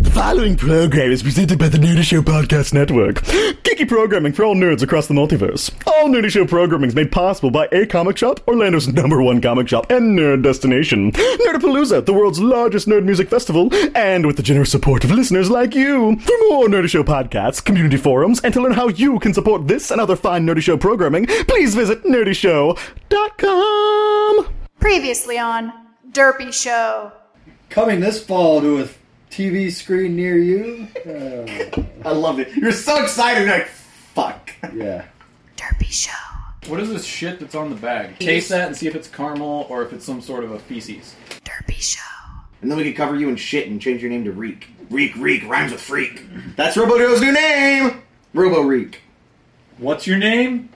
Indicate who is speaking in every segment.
Speaker 1: The following program is presented by the Nerdy Show Podcast Network. Geeky programming for all nerds across the multiverse. All Nerdy Show programming is made possible by A Comic Shop, Orlando's number one comic shop and nerd destination. Nerdapalooza, the world's largest nerd music festival, and with the generous support of listeners like you. For more Nerdy Show podcasts, community forums, and to learn how you can support this and other fine Nerdy Show programming, please visit nerdyshow.com.
Speaker 2: Previously on Derpy Show.
Speaker 3: Coming this fall to a TV screen near you. Uh,
Speaker 1: I love it. You're so excited, like, fuck.
Speaker 3: yeah.
Speaker 2: Derpy Show.
Speaker 4: What is this shit that's on the bag? Taste that and see if it's caramel or if it's some sort of a feces.
Speaker 2: Derpy Show.
Speaker 5: And then we could cover you in shit and change your name to Reek. Reek, Reek, rhymes with freak.
Speaker 1: That's RoboDo's new name!
Speaker 5: Robo Reek.
Speaker 4: What's your name?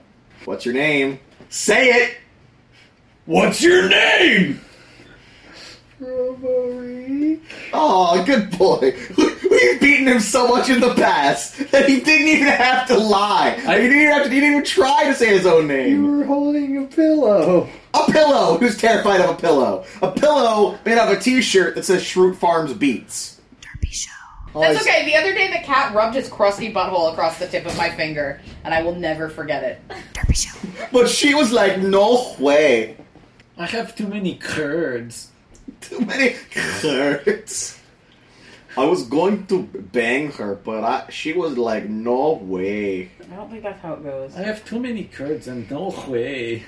Speaker 5: What's your name? Say it!
Speaker 4: What's your name?
Speaker 5: Oh, good boy. We've beaten him so much in the past that he didn't even have to lie.
Speaker 4: I-
Speaker 5: he, didn't even have to, he didn't even try to say his own
Speaker 3: You
Speaker 5: name.
Speaker 3: were holding a pillow.
Speaker 5: A pillow! Who's terrified of a pillow? A pillow made out of a t shirt that says Shroot Farms Beats.
Speaker 6: That's okay. The other day, the cat rubbed his crusty butthole across the tip of my finger, and I will never forget it.
Speaker 5: But she was like, no way.
Speaker 4: I have too many curds.
Speaker 5: Too many curds. I was going to bang her, but I, she was like, no way.
Speaker 6: I don't think that's how it goes.
Speaker 4: I have too many curds and no way.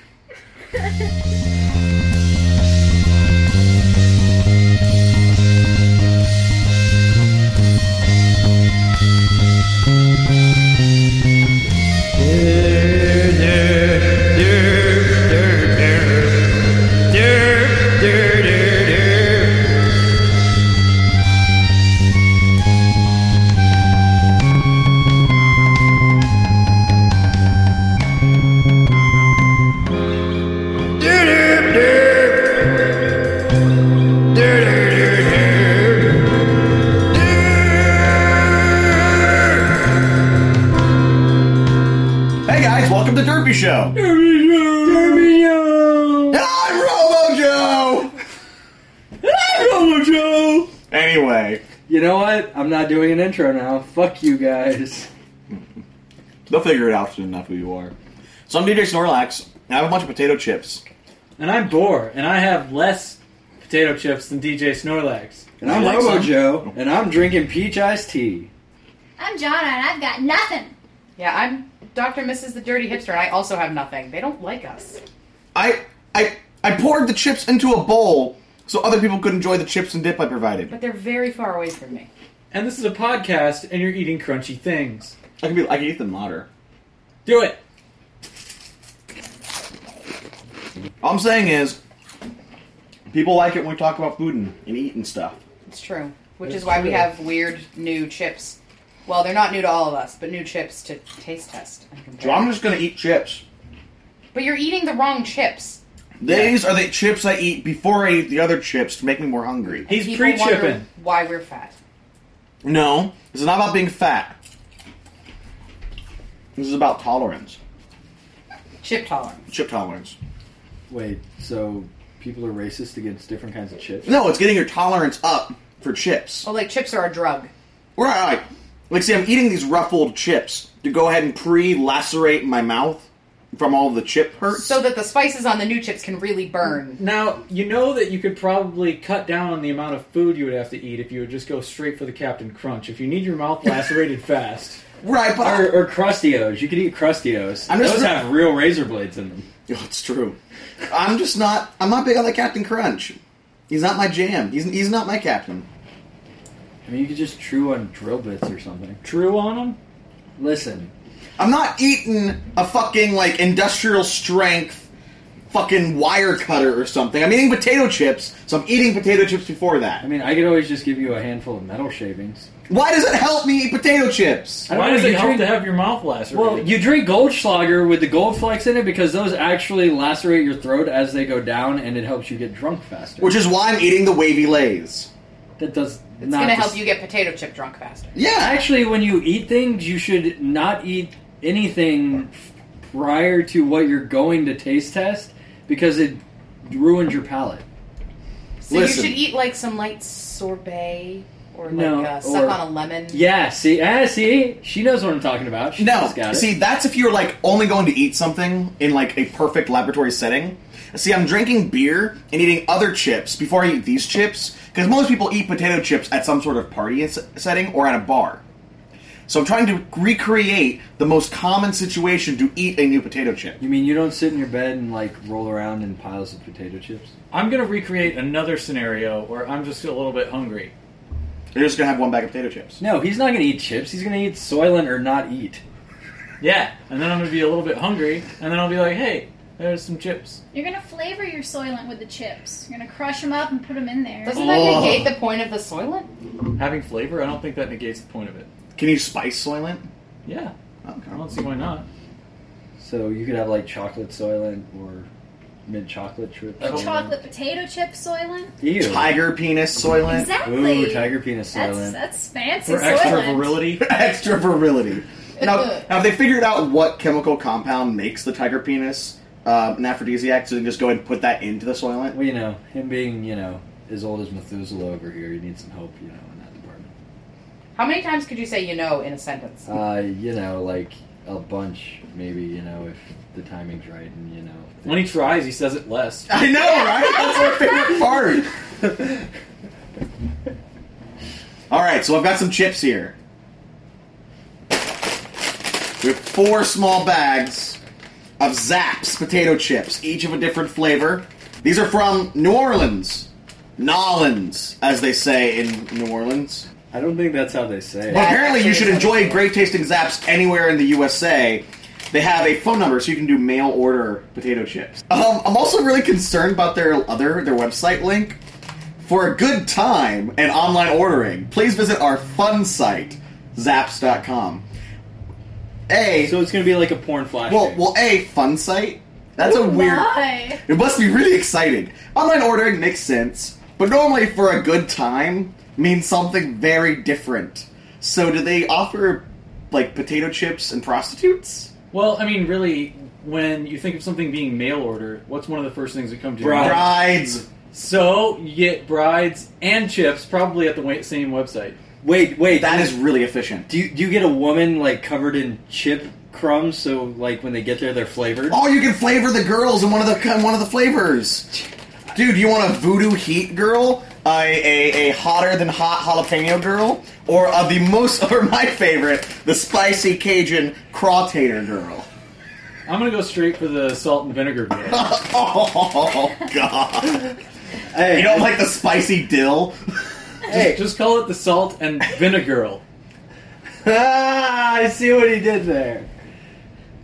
Speaker 5: Hey guys, welcome to Derpy Show. Derpy Show. Derpy Show. And I'm Robo Joe.
Speaker 1: Robo Joe!
Speaker 5: Anyway,
Speaker 3: You know what? I'm not doing an intro now. Fuck you guys.
Speaker 5: they'll figure it out soon enough who you are. So I'm DJ Snorlax, and I have a bunch of potato chips.
Speaker 7: And I'm Boar, and I have less potato chips than DJ Snorlax.
Speaker 3: And I'm
Speaker 5: Like
Speaker 3: Robo
Speaker 5: some-
Speaker 3: Joe, and I'm drinking peach iced tea.
Speaker 8: I'm Jonna and I've got nothing.
Speaker 6: Yeah, I'm Dr. Mrs. the Dirty Hipster, and I also have nothing. They don't like us.
Speaker 5: I I I poured the chips into a bowl so other people could enjoy the chips and dip I provided.
Speaker 6: But they're very far away from me.
Speaker 7: And this is a podcast, and you're eating crunchy things.
Speaker 5: I can be I can eat them louder.
Speaker 7: Do it!
Speaker 5: All I'm saying is, people like it when we talk about food and, and eating stuff.
Speaker 6: It's true. Which is why we have weird new chips. Well, they're not new to all of us, but new chips to taste test. and compare.
Speaker 5: So I'm just gonna eat chips.
Speaker 6: But you're eating the wrong chips.
Speaker 5: These are the chips I eat before I eat the other chips to make me more hungry.
Speaker 7: He's
Speaker 6: People
Speaker 7: pre
Speaker 6: wonder
Speaker 7: chipping.
Speaker 6: Why we're fat.
Speaker 5: No, this is not about being fat. This is about tolerance,
Speaker 6: Chip tolerance.
Speaker 5: chip tolerance.
Speaker 3: Wait, so people are racist against different kinds of chips?
Speaker 5: No, it's getting your tolerance up for chips.
Speaker 6: Oh, like chips are a drug.
Speaker 5: Right. Like, see, I'm eating these ruffled chips to go ahead and pre-lacerate my mouth from all the chip hurts.
Speaker 6: So that the spices on the new chips can really burn.
Speaker 7: Now, you know that you could probably cut down on the amount of food you would have to eat if you would just go straight for the Captain Crunch. If you need your mouth lacerated fast.
Speaker 5: right, but
Speaker 3: Or, or Crustios. You could eat Crustios.
Speaker 5: I'm just-
Speaker 3: Those have real razor blades in them.
Speaker 5: Oh, it's true. I'm just not. I'm not big on the Captain Crunch. He's not my jam. He's he's not my captain.
Speaker 3: I mean, you could just chew on drill bits or something.
Speaker 7: True on them?
Speaker 3: Listen,
Speaker 5: I'm not eating a fucking like industrial strength fucking wire cutter or something. I'm eating potato chips, so I'm eating potato chips before that. I
Speaker 9: mean, I could always just give you a handful of metal shavings.
Speaker 5: Why does it help me eat potato chips?
Speaker 9: I don't know, you drink-
Speaker 7: have your mouth lacerated?
Speaker 9: Well, you drink Goldschlager with the gold flakes in it because those actually lacerate your throat as they go down, and it helps you get drunk faster.
Speaker 5: Which is why I'm eating the wavy lays.
Speaker 9: That does
Speaker 6: It's
Speaker 9: not
Speaker 6: gonna
Speaker 9: dis-
Speaker 6: help you get potato chip drunk faster.
Speaker 5: Yeah.
Speaker 9: Actually, when you eat things, you should not eat anything prior to what you're going to taste test because it ruins your palate.
Speaker 6: So you should eat like some light sorbet or like
Speaker 9: No,
Speaker 6: uh, suck
Speaker 9: or-
Speaker 6: on a lemon.
Speaker 9: Yeah, see, ah, see, she knows what I'm talking about. She
Speaker 5: No,
Speaker 9: has got it.
Speaker 5: see, that's if you're like only going to eat something in like a perfect laboratory setting. See, I'm drinking beer and eating other chips before I eat these chips because most people eat potato chips at some sort of party s- setting or at a bar. So I'm trying to recreate the most common situation to eat a new potato chip.
Speaker 9: You mean you don't sit in your bed and like roll around in piles of potato chips?
Speaker 7: I'm gonna recreate another scenario where I'm just a little bit hungry.
Speaker 5: You're just gonna have one bag of potato chips.
Speaker 9: No, he's not gonna eat chips. He's gonna eat Soylent or not eat.
Speaker 7: Yeah, and then I'm gonna be a little bit hungry, and then I'll be like, hey, there's some chips.
Speaker 8: You're gonna flavor your soylent with the chips. You're gonna crush them up and put them in there.
Speaker 7: Doesn't that Oh. negate
Speaker 6: the point of the soylent?
Speaker 7: Having flavor, I don't think that negates the point of it.
Speaker 5: Can you spice Soylent?
Speaker 7: Yeah. I don't see why not.
Speaker 9: So you could have like chocolate Soylent or mint chocolate chips.
Speaker 8: Chocolate potato chip soylent.
Speaker 9: Ew.
Speaker 5: Tiger penis Soylent.
Speaker 8: Exactly.
Speaker 9: Ooh, tiger penis
Speaker 8: That's
Speaker 9: Soylent.
Speaker 8: that's fancy
Speaker 5: For extra
Speaker 8: soylent.
Speaker 5: virility. extra virility. Now, now, have they figured out what chemical compound makes the tiger penis um, an aphrodisiac? So they just go ahead and put that into the soylent.
Speaker 9: Well, you know, him being you know as old as Methuselah over here, you need some help, you know, in that department.
Speaker 6: How many times could you say you know in a sentence?
Speaker 9: Uh, you know, like a bunch, maybe you know if the timing's right, and you know.
Speaker 7: When he tries, he says it less.
Speaker 5: I know, right? That's my favorite part. All right, so I've got some chips here. We have four small bags of Zaps potato chips, each of a different flavor. These are from New Orleans. Nolans, as they say in New Orleans.
Speaker 9: I don't think that's how they say it.
Speaker 5: Well, apparently, you should enjoy great tasting Zaps anywhere in the USA. They have a phone number so you can do mail order potato chips. Um, I'm also really concerned about their other their website link. For a good time and online ordering, please visit our fun site, zaps.com. A. So
Speaker 9: it's going to be like a porn flash.
Speaker 5: Well, well, a fun site. That's a weird.
Speaker 8: Why?
Speaker 5: It must be really exciting. Online ordering makes sense, but normally for a good time means something very different. So, do they offer like potato chips and prostitutes?
Speaker 7: Well, I mean, really, when you think of something being mail order, what's one of the first things that come to
Speaker 5: Brides.
Speaker 7: your
Speaker 5: Brides.
Speaker 7: So you get brides and chips, probably at the wa- same website.
Speaker 9: Wait, wait,
Speaker 7: that
Speaker 5: is really efficient.
Speaker 9: Do you, do you get a woman like covered in chip crumbs? So like when they get there, they're flavored.
Speaker 5: Oh, you can flavor the girls in one of the in one of the flavors. Dude, you want a voodoo heat girl, a a, a hotter than hot jalapeno girl, or uh, the most or my favorite, the spicy Cajun craw tater girl.
Speaker 7: I'm gonna go straight for the salt and vinegar. Beer.
Speaker 5: oh God! you don't like the spicy dill?
Speaker 7: Just, just call it the salt and vinegar.
Speaker 9: ah, I see what he did there.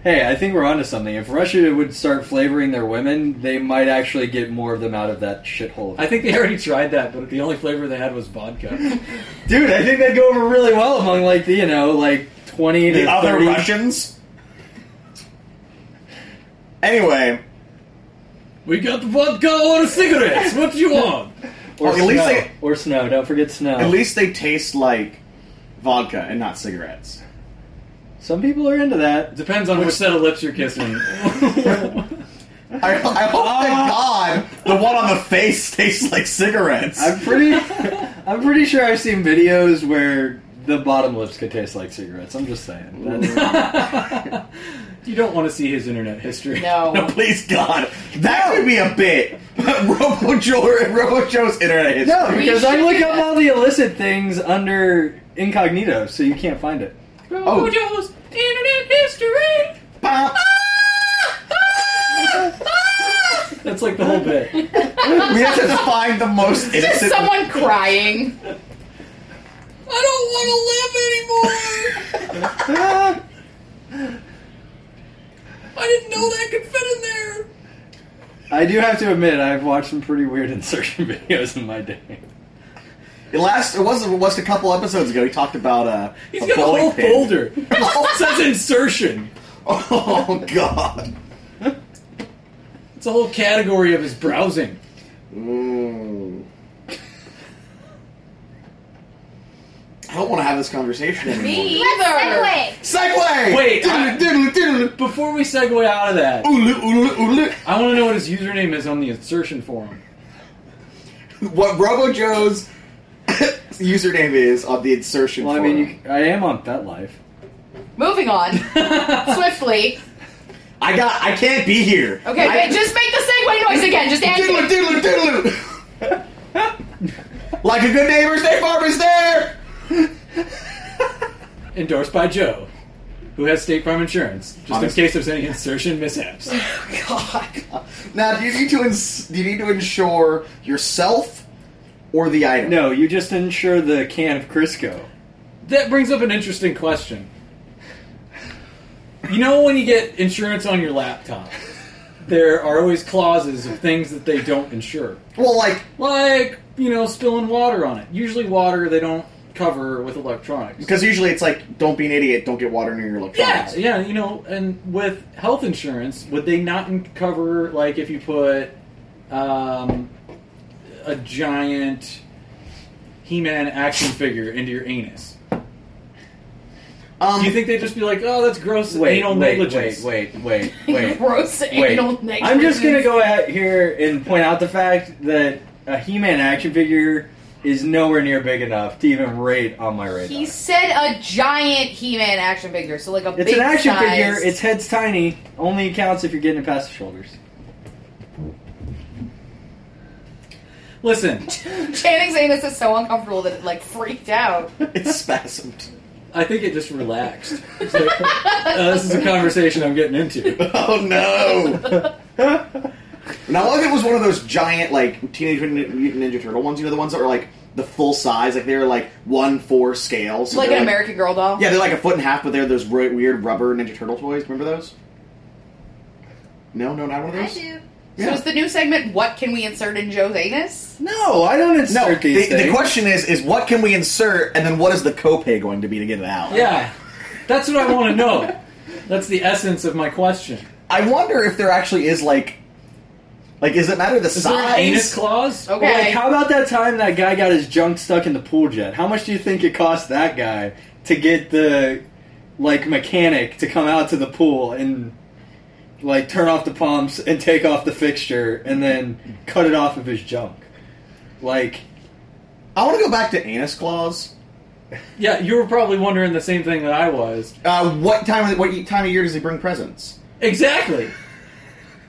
Speaker 9: Hey, I think we're onto something. If Russia would start flavoring their women, they might actually get more of them out of that shithole.
Speaker 7: I think they already tried that, but the only flavor they had was vodka.
Speaker 9: dude, I think that'd go over really well among like the you know like twenty
Speaker 7: The
Speaker 9: to
Speaker 7: other
Speaker 9: 30.
Speaker 5: Russians. Anyway,
Speaker 7: we got the vodka or cigarettes. What do you want?
Speaker 9: Or
Speaker 5: Well, at
Speaker 9: snow.
Speaker 5: least they-
Speaker 9: or snow. Don't forget snow.
Speaker 5: At least they taste like vodka and not cigarettes.
Speaker 9: some people are into that.
Speaker 7: Depends on which set of lips you're kissing.
Speaker 5: I, I hope to God Ah. the one on the face tastes like cigarettes.
Speaker 9: I'm pretty. I'm pretty sure I've seen videos where the bottom lips could taste like cigarettes. I'm just saying. That's-
Speaker 7: you don't want to see his internet history.
Speaker 6: No.
Speaker 5: No, please God, that would be a bit. Robo Joe, Robo Joe's internet history.
Speaker 9: no, because I look up all the illicit things under incognito, so you can't find it.
Speaker 5: Oh.
Speaker 7: Joe's internet history. Ah! That's like the whole bit.
Speaker 5: we have to find the most
Speaker 6: Just
Speaker 5: innocent.
Speaker 6: someone crying.
Speaker 7: I don't want to live anymore. I didn't know that could fit in there.
Speaker 9: I do have to admit, I've watched some pretty weird insertion videos in my day.
Speaker 5: It last it was it was a couple episodes ago. He talked about uh,
Speaker 9: He's
Speaker 5: a
Speaker 9: got a
Speaker 5: bowling
Speaker 9: whole
Speaker 5: pin.
Speaker 9: folder. It says insertion.
Speaker 5: Oh god.
Speaker 7: It's a whole category of his browsing.
Speaker 5: Hmm. I don't want to have this conversation anymore.
Speaker 8: Let's segue.
Speaker 5: Segway.
Speaker 7: Wait, I-
Speaker 5: Diddly, diddly, diddly.
Speaker 7: before we segue out of that,
Speaker 5: Oolu, oolu, oolu.
Speaker 7: I want to know what his username is on the insertion forum.
Speaker 5: what Robo Joe's username is on the insertion.
Speaker 9: Well, I
Speaker 5: forum.
Speaker 9: mean, you, I am on FetLife.
Speaker 6: Moving on swiftly.
Speaker 5: I got. I can't be here.
Speaker 6: Okay,
Speaker 5: I,
Speaker 6: wait, just make the segue noise again. Just add
Speaker 5: Diddle, diddle, diddle. like a good neighbor, State Farm is there.
Speaker 7: Endorsed by Joe, who has State Farm Insurance, just
Speaker 5: Honestly.
Speaker 7: in case there's any insertion mishaps.
Speaker 5: Now, do you need to ins- do you need to insure yourself or the item?
Speaker 9: No, you just insure the can of Crisco.
Speaker 7: That brings up an interesting question. You know when you get insurance on your laptop, there are always clauses of things that they don't insure.
Speaker 5: Well, like
Speaker 7: Like, you know, spilling water on it. Usually water they don't cover with electronics.
Speaker 5: because usually it's like, don't be an idiot, don't get water near your
Speaker 7: Yeah,
Speaker 5: electronics.
Speaker 7: yeah, you know, and with health insurance, would they not in- cover like if you put um, a giant He-Man action figure into your anus?
Speaker 5: Um,
Speaker 7: Do you think they'd just be like, "Oh, that's gross
Speaker 9: Wait,
Speaker 7: anal
Speaker 9: wait,
Speaker 7: negligence"?
Speaker 9: wait, wait, wait, wait.
Speaker 6: Gross anal negligence.
Speaker 9: I'm just gonna go out here and point out the fact that a He-Man action figure is nowhere near big enough to even rate on my radar.
Speaker 6: He said a giant He-Man action figure, so like a
Speaker 9: it's
Speaker 6: big
Speaker 9: an action
Speaker 6: size-
Speaker 9: figure. Its head's tiny. Only counts if you're getting it past the shoulders.
Speaker 7: Listen,
Speaker 6: Channing's anus is so uncomfortable that it like freaked out.
Speaker 5: It's spasmed.
Speaker 7: I think it just relaxed. It's like, uh, this is a conversation I'm getting into.
Speaker 5: Oh no! now, what if it was one of those giant, like Teenage Mutant Mutant Ninja Turtle ones? You know, the ones that are like the full size, like they're like one four scale. so
Speaker 6: like
Speaker 5: they're,
Speaker 6: an American Girl doll.
Speaker 5: Yeah, they're like a foot and a half, but they're those ru- weird rubber Ninja Turtle toys. Remember those? No, no, not one of
Speaker 8: I
Speaker 5: those.
Speaker 8: do.
Speaker 6: So is the new segment "What Can We Insert in Joe's Anus?"
Speaker 9: No, I don't insert
Speaker 5: No,
Speaker 9: these
Speaker 5: the, the
Speaker 9: things.
Speaker 5: question is, is what can we insert, and then what is the copay going to be to get it out?
Speaker 7: Yeah, that's what I want to know. That's the essence of my question.
Speaker 5: I wonder if there actually is like, like, does it matter the
Speaker 7: Is there an
Speaker 5: size?
Speaker 7: anus clause?
Speaker 6: Okay.
Speaker 9: Like, how about that time that guy got his junk stuck in the pool jet? How much do you think it cost that guy to get the like mechanic to come out to the pool and like turn off the pumps and take off the fixture and then cut it off of his junk? Like,
Speaker 5: I want to go back to anus claws.
Speaker 7: Yeah, you were probably wondering the same thing that I was.
Speaker 5: Uh, what time? What time of year does he bring presents?
Speaker 7: Exactly.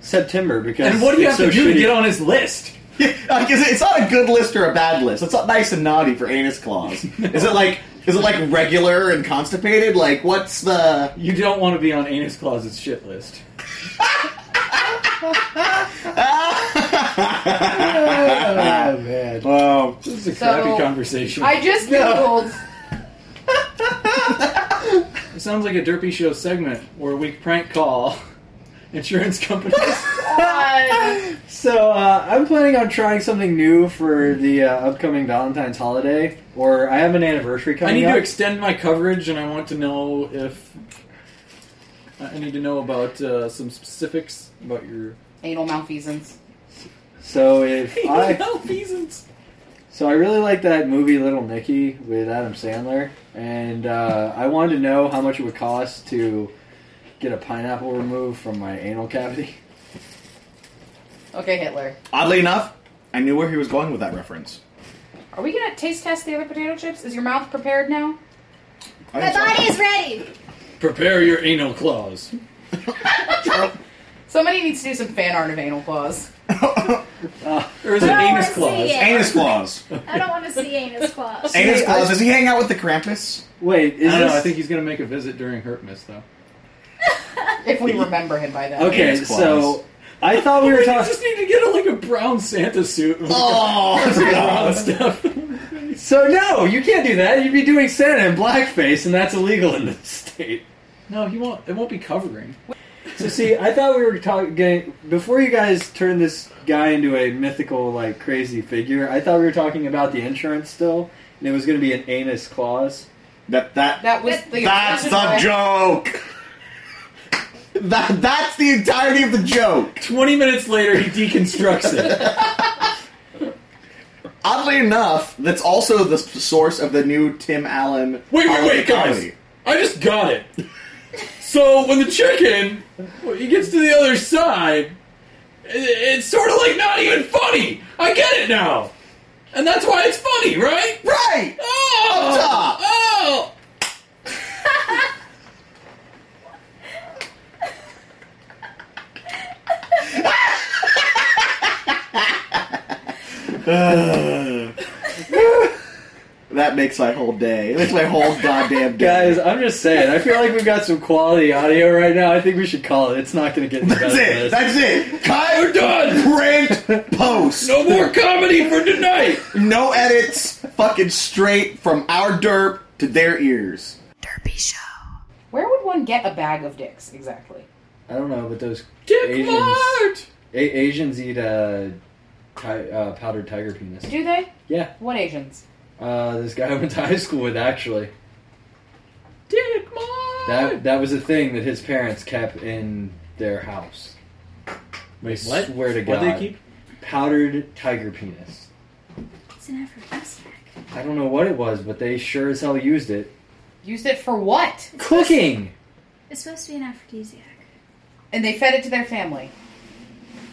Speaker 9: September because
Speaker 7: And what do you have to
Speaker 9: it's so
Speaker 7: do to
Speaker 9: shitty.
Speaker 7: get on his list?
Speaker 5: like, is it, it's not a good list or a bad list. It's not nice and naughty for anus claws. Is it like? Is it like regular and constipated? Like, what's the?
Speaker 7: You don't want to be on anus clause's shit list.
Speaker 9: Oh man!
Speaker 5: Oh,
Speaker 7: This is a
Speaker 6: So,
Speaker 7: crappy conversation.
Speaker 6: I just googled.
Speaker 7: It sounds like a derpy show segment where we prank call insurance companies.
Speaker 6: uh,
Speaker 9: So uh, I'm planning on trying something new for the uh, upcoming Valentine's holiday, or I have an anniversary
Speaker 7: I
Speaker 9: coming
Speaker 7: need
Speaker 9: up.
Speaker 7: to extend my coverage, and I want to know if I I need to know about uh, some specifics about your
Speaker 6: anal malfeasance.
Speaker 9: so if I
Speaker 7: malfeasance.
Speaker 9: So I really like that movie Little Nicky with Adam Sandler, and uh, I wanted to know how much it would cost to get a pineapple removed from my anal cavity.
Speaker 6: Okay, Hitler.
Speaker 5: oddly enough, I knew where he was going with that reference.
Speaker 6: Are we gonna taste test the other potato chips? Is your mouth prepared now?
Speaker 8: My body is ready.
Speaker 7: Prepare your anal claws.
Speaker 6: Somebody needs to do some fan art of anal claws.
Speaker 7: Or is
Speaker 8: I
Speaker 7: it
Speaker 8: don't
Speaker 7: anus
Speaker 8: wanna
Speaker 7: claws?
Speaker 8: see it.
Speaker 5: Anus claws.
Speaker 8: I don't want to see anus claws.
Speaker 5: anus
Speaker 9: I-
Speaker 5: claws. Does he hang out with the Krampus?
Speaker 9: Wait,
Speaker 7: I
Speaker 9: is
Speaker 7: don't
Speaker 9: this
Speaker 7: know. I think he's gonna make a visit during Herpmas, though.
Speaker 6: If we remember him by then.
Speaker 9: okay?
Speaker 5: Anus claws.
Speaker 9: So I thought we were
Speaker 7: I
Speaker 9: talking.
Speaker 7: Oh, just need to get a, like a brown Santa suit. and
Speaker 5: Oh,
Speaker 7: brown
Speaker 5: God.
Speaker 7: stuff.
Speaker 9: So no, you can't do that. You'd be doing Santa in blackface, and that's illegal in this state.
Speaker 7: No, he won't. It won't be covering.
Speaker 9: So see, I thought we were talking before you guys turned this guy into a mythical, like crazy figure. I thought we were talking about the insurance still, and it was going to be an anus clause.
Speaker 5: That that
Speaker 6: That was the.
Speaker 5: That's the joke. That, that's the entirety of the joke.
Speaker 7: 20 minutes later, he deconstructs it.
Speaker 5: Oddly enough, that's also the s- source of the new Tim Allen.
Speaker 7: Wait, wait,
Speaker 5: Allen
Speaker 7: wait, guys!
Speaker 5: comedy.
Speaker 7: I just got it. So when the chicken when he gets to the other side, i- it's sort of like not even funny. I get it now, and that's why it's funny, right?
Speaker 5: Right. Ah.
Speaker 7: Oh,
Speaker 5: Up top.
Speaker 7: oh.
Speaker 5: that makes my whole day. It makes my whole goddamn day.
Speaker 9: Guys, I'm just saying. I feel like we've got some quality audio right now. I think we should call it. It's not going to get any better.
Speaker 5: That's
Speaker 9: than
Speaker 5: it.
Speaker 9: this.
Speaker 5: That's it. Cut.
Speaker 7: We're done.
Speaker 5: Print. Post.
Speaker 7: No more comedy for tonight.
Speaker 5: No edits. Fucking straight from our derp to their ears.
Speaker 2: Derpy Show.
Speaker 6: Where would one get a bag of dicks exactly?
Speaker 9: I don't know, but those
Speaker 7: Dick
Speaker 9: Asians,
Speaker 7: Mart.
Speaker 9: A- Asians eat uh, ti- uh, powdered tiger penis.
Speaker 6: Do they?
Speaker 9: Yeah,
Speaker 6: What Asians?
Speaker 9: uh, this guy I went to high school with actually.
Speaker 7: Dick Mart.
Speaker 9: That that was a thing that his parents kept in their house. I swear to God,
Speaker 7: What they keep?
Speaker 9: powdered tiger penis.
Speaker 8: It's an aphrodisiac.
Speaker 9: I don't know what it was, but they sure as hell used it.
Speaker 6: Used it for what?
Speaker 9: Cooking.
Speaker 8: It's supposed to be an aphrodisiac.
Speaker 6: And they fed it to their family.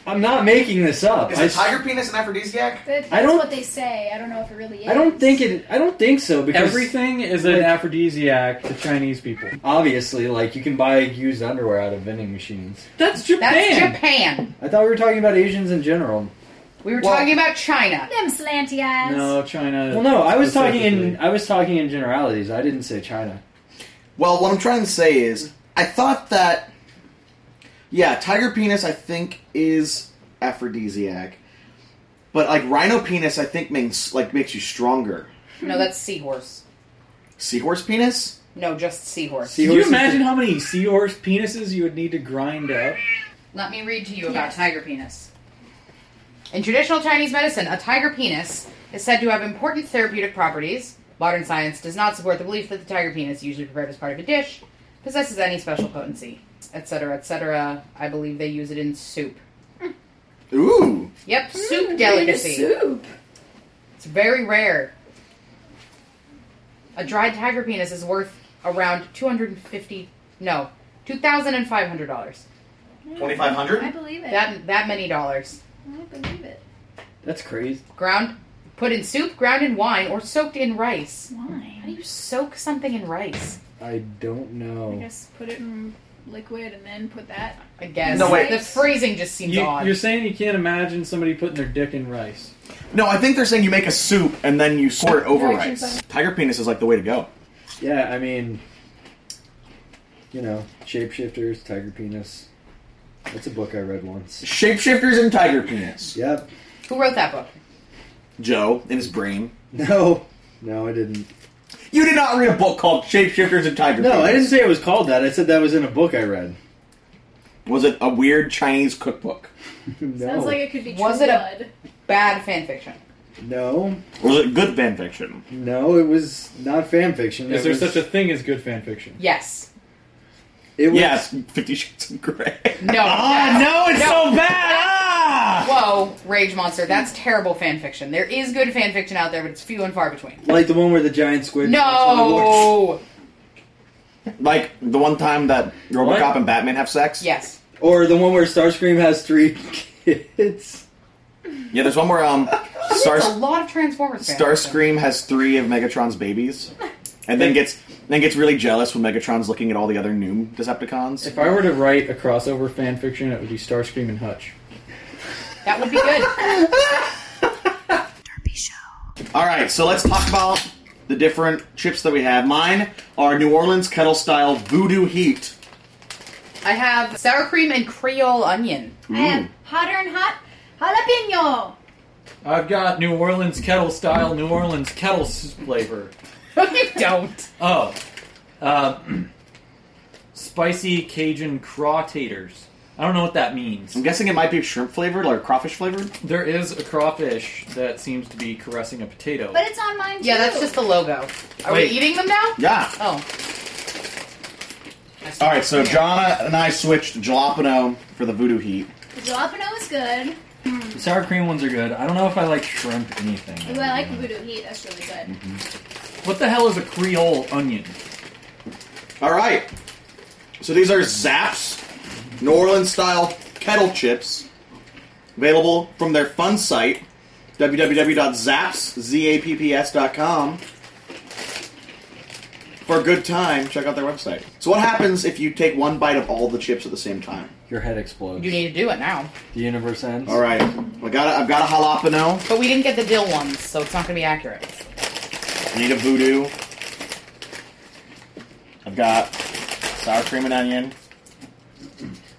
Speaker 9: I'm not making this up. I, s-
Speaker 5: penis an aphrodisiac?
Speaker 8: That- That's
Speaker 9: I don't-
Speaker 8: what they say. I don't know if it really is.
Speaker 9: I don't think it. I don't think so because
Speaker 7: Everything is an aphrodisiac to Chinese people.
Speaker 9: obviously, like you can buy used underwear out of vending machines.
Speaker 7: That's Japan.
Speaker 6: That's Japan.
Speaker 9: I thought we were talking about Asians in general.
Speaker 6: We were
Speaker 5: Well-
Speaker 6: talking about China.
Speaker 8: Them slanty eyes.
Speaker 7: No, China.
Speaker 9: Well, no, I was talking in
Speaker 7: specifically.
Speaker 9: I was talking in generalities. I didn't say China.
Speaker 5: Well, what I'm trying to say is, I thought that, yeah, tiger penis I think is aphrodisiac, but like rhino penis I think makes like makes you stronger.
Speaker 6: No, that's seahorse.
Speaker 5: Seahorse penis?
Speaker 6: No, just seahorse.
Speaker 9: See-
Speaker 7: Can you imagine how many seahorse penises you would need to grind up?
Speaker 6: Let me read to you about tiger penis. In traditional Chinese medicine, a tiger penis is said to have important therapeutic properties. Modern science does not support the belief that the tiger penis, usually prepared as part of a dish, possesses any special potency, etc., etc. I believe they use it in soup.
Speaker 5: Ooh,
Speaker 6: Yep, soup
Speaker 8: Mm, Made of
Speaker 6: delicacy.
Speaker 8: Soup.
Speaker 6: It's very rare. A dried tiger penis is worth around two hundred and fifty, no, two thousand and five hundred dollars.
Speaker 5: twenty five
Speaker 8: I
Speaker 5: hundred.
Speaker 8: believe it.
Speaker 6: That that many dollars.
Speaker 8: I believe it.
Speaker 9: That's crazy.
Speaker 6: Ground, put in soup, ground in wine, or soaked in rice. How do
Speaker 8: Wine.
Speaker 6: you soak something in rice?
Speaker 9: I don't
Speaker 8: I
Speaker 9: know.
Speaker 8: guess put it in liquid and then put that.
Speaker 6: I guess.
Speaker 5: No, wait.
Speaker 6: The freezing just seems
Speaker 7: You,
Speaker 6: odd.
Speaker 7: are saying you can't imagine somebody putting their dick in rice.
Speaker 5: No, I think they're saying you make a soup and then you sort it over
Speaker 8: Very
Speaker 5: rice.
Speaker 8: simple.
Speaker 5: Tiger penis is like the way to go.
Speaker 9: Yeah, I mean, you know, shapeshifters, tiger penis. That's a book I read once.
Speaker 5: Shapeshifters and tiger penis.
Speaker 9: Yep.
Speaker 6: Who wrote that book?
Speaker 5: Joe in his brain.
Speaker 9: No. No, I didn't.
Speaker 5: You did not read a book called Shapeshifters and Tiger
Speaker 9: No,
Speaker 5: Penis.
Speaker 9: I didn't say it was called that. I said that was in a book I read.
Speaker 5: Was it a weird Chinese cookbook?
Speaker 9: No.
Speaker 8: Sounds like it could be
Speaker 6: Was
Speaker 8: true
Speaker 6: it a-
Speaker 8: blood.
Speaker 6: Bad fan fiction.
Speaker 9: no.
Speaker 5: Was it good fan fiction?
Speaker 9: No, it was not fan fiction.
Speaker 7: Is
Speaker 9: it
Speaker 7: there
Speaker 9: was,
Speaker 7: such a thing as good fan fiction?
Speaker 6: Yes.
Speaker 9: It was,
Speaker 5: Yes, Fifty Shades of Grey.
Speaker 6: No. Ah,
Speaker 5: no, it's so bad! Ah!
Speaker 6: Whoa, Rage Monster, that's terrible fan fiction. There is good fan fiction out there, but it's few and far between.
Speaker 9: Like the one where the giant squid.
Speaker 6: No!
Speaker 5: Like the one time that RoboCop
Speaker 9: What?
Speaker 5: and Batman have sex.
Speaker 6: Yes.
Speaker 9: Or the one where Starscream has three kids.
Speaker 5: Yeah, there's one where um, Star
Speaker 6: There's a lot of Transformers fan fiction.
Speaker 5: Starscream has three of Megatron's babies, and then gets then gets really jealous when Megatron's looking at all the other new Decepticons.
Speaker 7: If I were to write a crossover fan fiction, it would be Starscream and Hutch.
Speaker 6: That would be good.
Speaker 2: Derpy Show.
Speaker 5: All right, so let's talk about the different chips that we have. Mine are New Orleans kettle style Voodoo Heat.
Speaker 6: I have sour cream and Creole onion.
Speaker 8: I have hotter and hot jalapeno.
Speaker 7: I've got New Orleans kettle style, New Orleans kettle Oh, s- flavor.
Speaker 6: you don't.
Speaker 7: Oh. Um, uh, Spicy Cajun craw taters. I don't know what that means.
Speaker 5: I'm guessing it might be shrimp flavored or crawfish flavored.
Speaker 7: There is a crawfish that seems to be caressing a potato.
Speaker 8: But it's on mine too.
Speaker 6: Yeah, that's just the logo. Are
Speaker 7: Wait.
Speaker 6: we eating them now?
Speaker 5: Yeah.
Speaker 6: Oh.
Speaker 5: All right, so Jonna and I switched jalapeno for the voodoo heat.
Speaker 8: The jalapeno is oh, good.
Speaker 7: The sour cream ones are good. I don't know if I like shrimp anything.
Speaker 8: Ooh, I like the voodoo heat. That's really good.
Speaker 7: What the hell is a Creole onion?
Speaker 5: All right. So these are Zaps, New Orleans style kettle chips, available from their fun site, www.zaps.zapps.com. For a good time, check out their website. So what happens if you take one bite of all the chips at the same time?
Speaker 9: Your head explodes.
Speaker 6: You need to do it now.
Speaker 9: The universe ends.
Speaker 5: All right, I got a, I've got a jalapeno.
Speaker 6: But we didn't get the dill ones, so it's not going to be accurate.
Speaker 5: I need a voodoo. I've got sour cream and onion.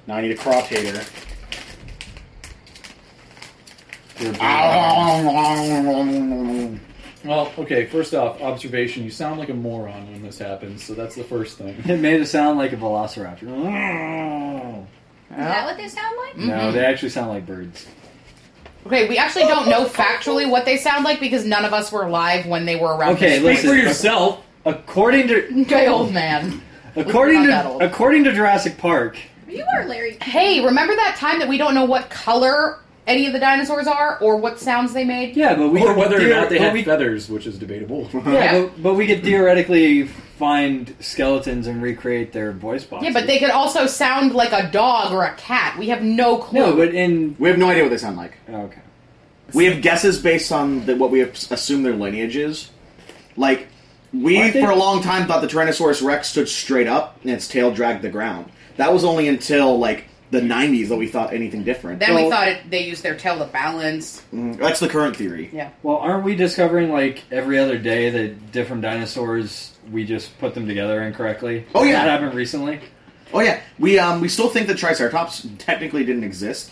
Speaker 5: Now I need a craw tater.
Speaker 7: Well, okay, first off, observation. You sound like a moron when this happens, so that's the first thing.
Speaker 9: It made it sound like a velociraptor. No,
Speaker 8: Is that what they sound like?
Speaker 6: Mm-hmm.
Speaker 9: they actually sound like birds.
Speaker 6: Okay, we actually don't know factually what they sound like because none of us were live when they were around.
Speaker 9: Okay,
Speaker 6: this
Speaker 9: listen.
Speaker 6: time.
Speaker 7: yourself.
Speaker 9: According to
Speaker 6: Okay, old man.
Speaker 9: according
Speaker 6: We're not that
Speaker 9: to
Speaker 6: old.
Speaker 9: according to Jurassic Park,
Speaker 8: You are Larry.
Speaker 6: Hey, remember that time that we don't know what color any of the dinosaurs are or what sounds they made?
Speaker 9: yeah, but we
Speaker 7: or
Speaker 9: could
Speaker 7: whether or
Speaker 9: theor-
Speaker 7: not they
Speaker 9: but
Speaker 7: had
Speaker 9: we-
Speaker 7: feathers, which is debatable.
Speaker 6: Yeah.
Speaker 9: but, but we could theoretically find skeletons and recreate their voice boxes.
Speaker 6: Yeah, but they could also sound like a dog or a cat. We have no clue.
Speaker 9: no, but in
Speaker 5: We have no idea what they sound like.
Speaker 9: okay,
Speaker 5: We have guesses based on the, what we have assume their lineage is. Like, we
Speaker 9: Aren't they-
Speaker 5: for a long time thought the Tyrannosaurus Rex stood straight up and its tail dragged the ground. That was only until, like, the 90s that we thought anything different.
Speaker 6: then we
Speaker 9: Well-
Speaker 6: thought it, they used their tail to balance.
Speaker 5: Mm, That's the current theory.
Speaker 6: Yeah.
Speaker 9: well, aren't we discovering like every other day that different dinosaurs we just put them together incorrectly?
Speaker 5: Oh, yeah.
Speaker 9: that happened recently.
Speaker 5: Oh, yeah. We um, we still think the Triceratops technically didn't exist.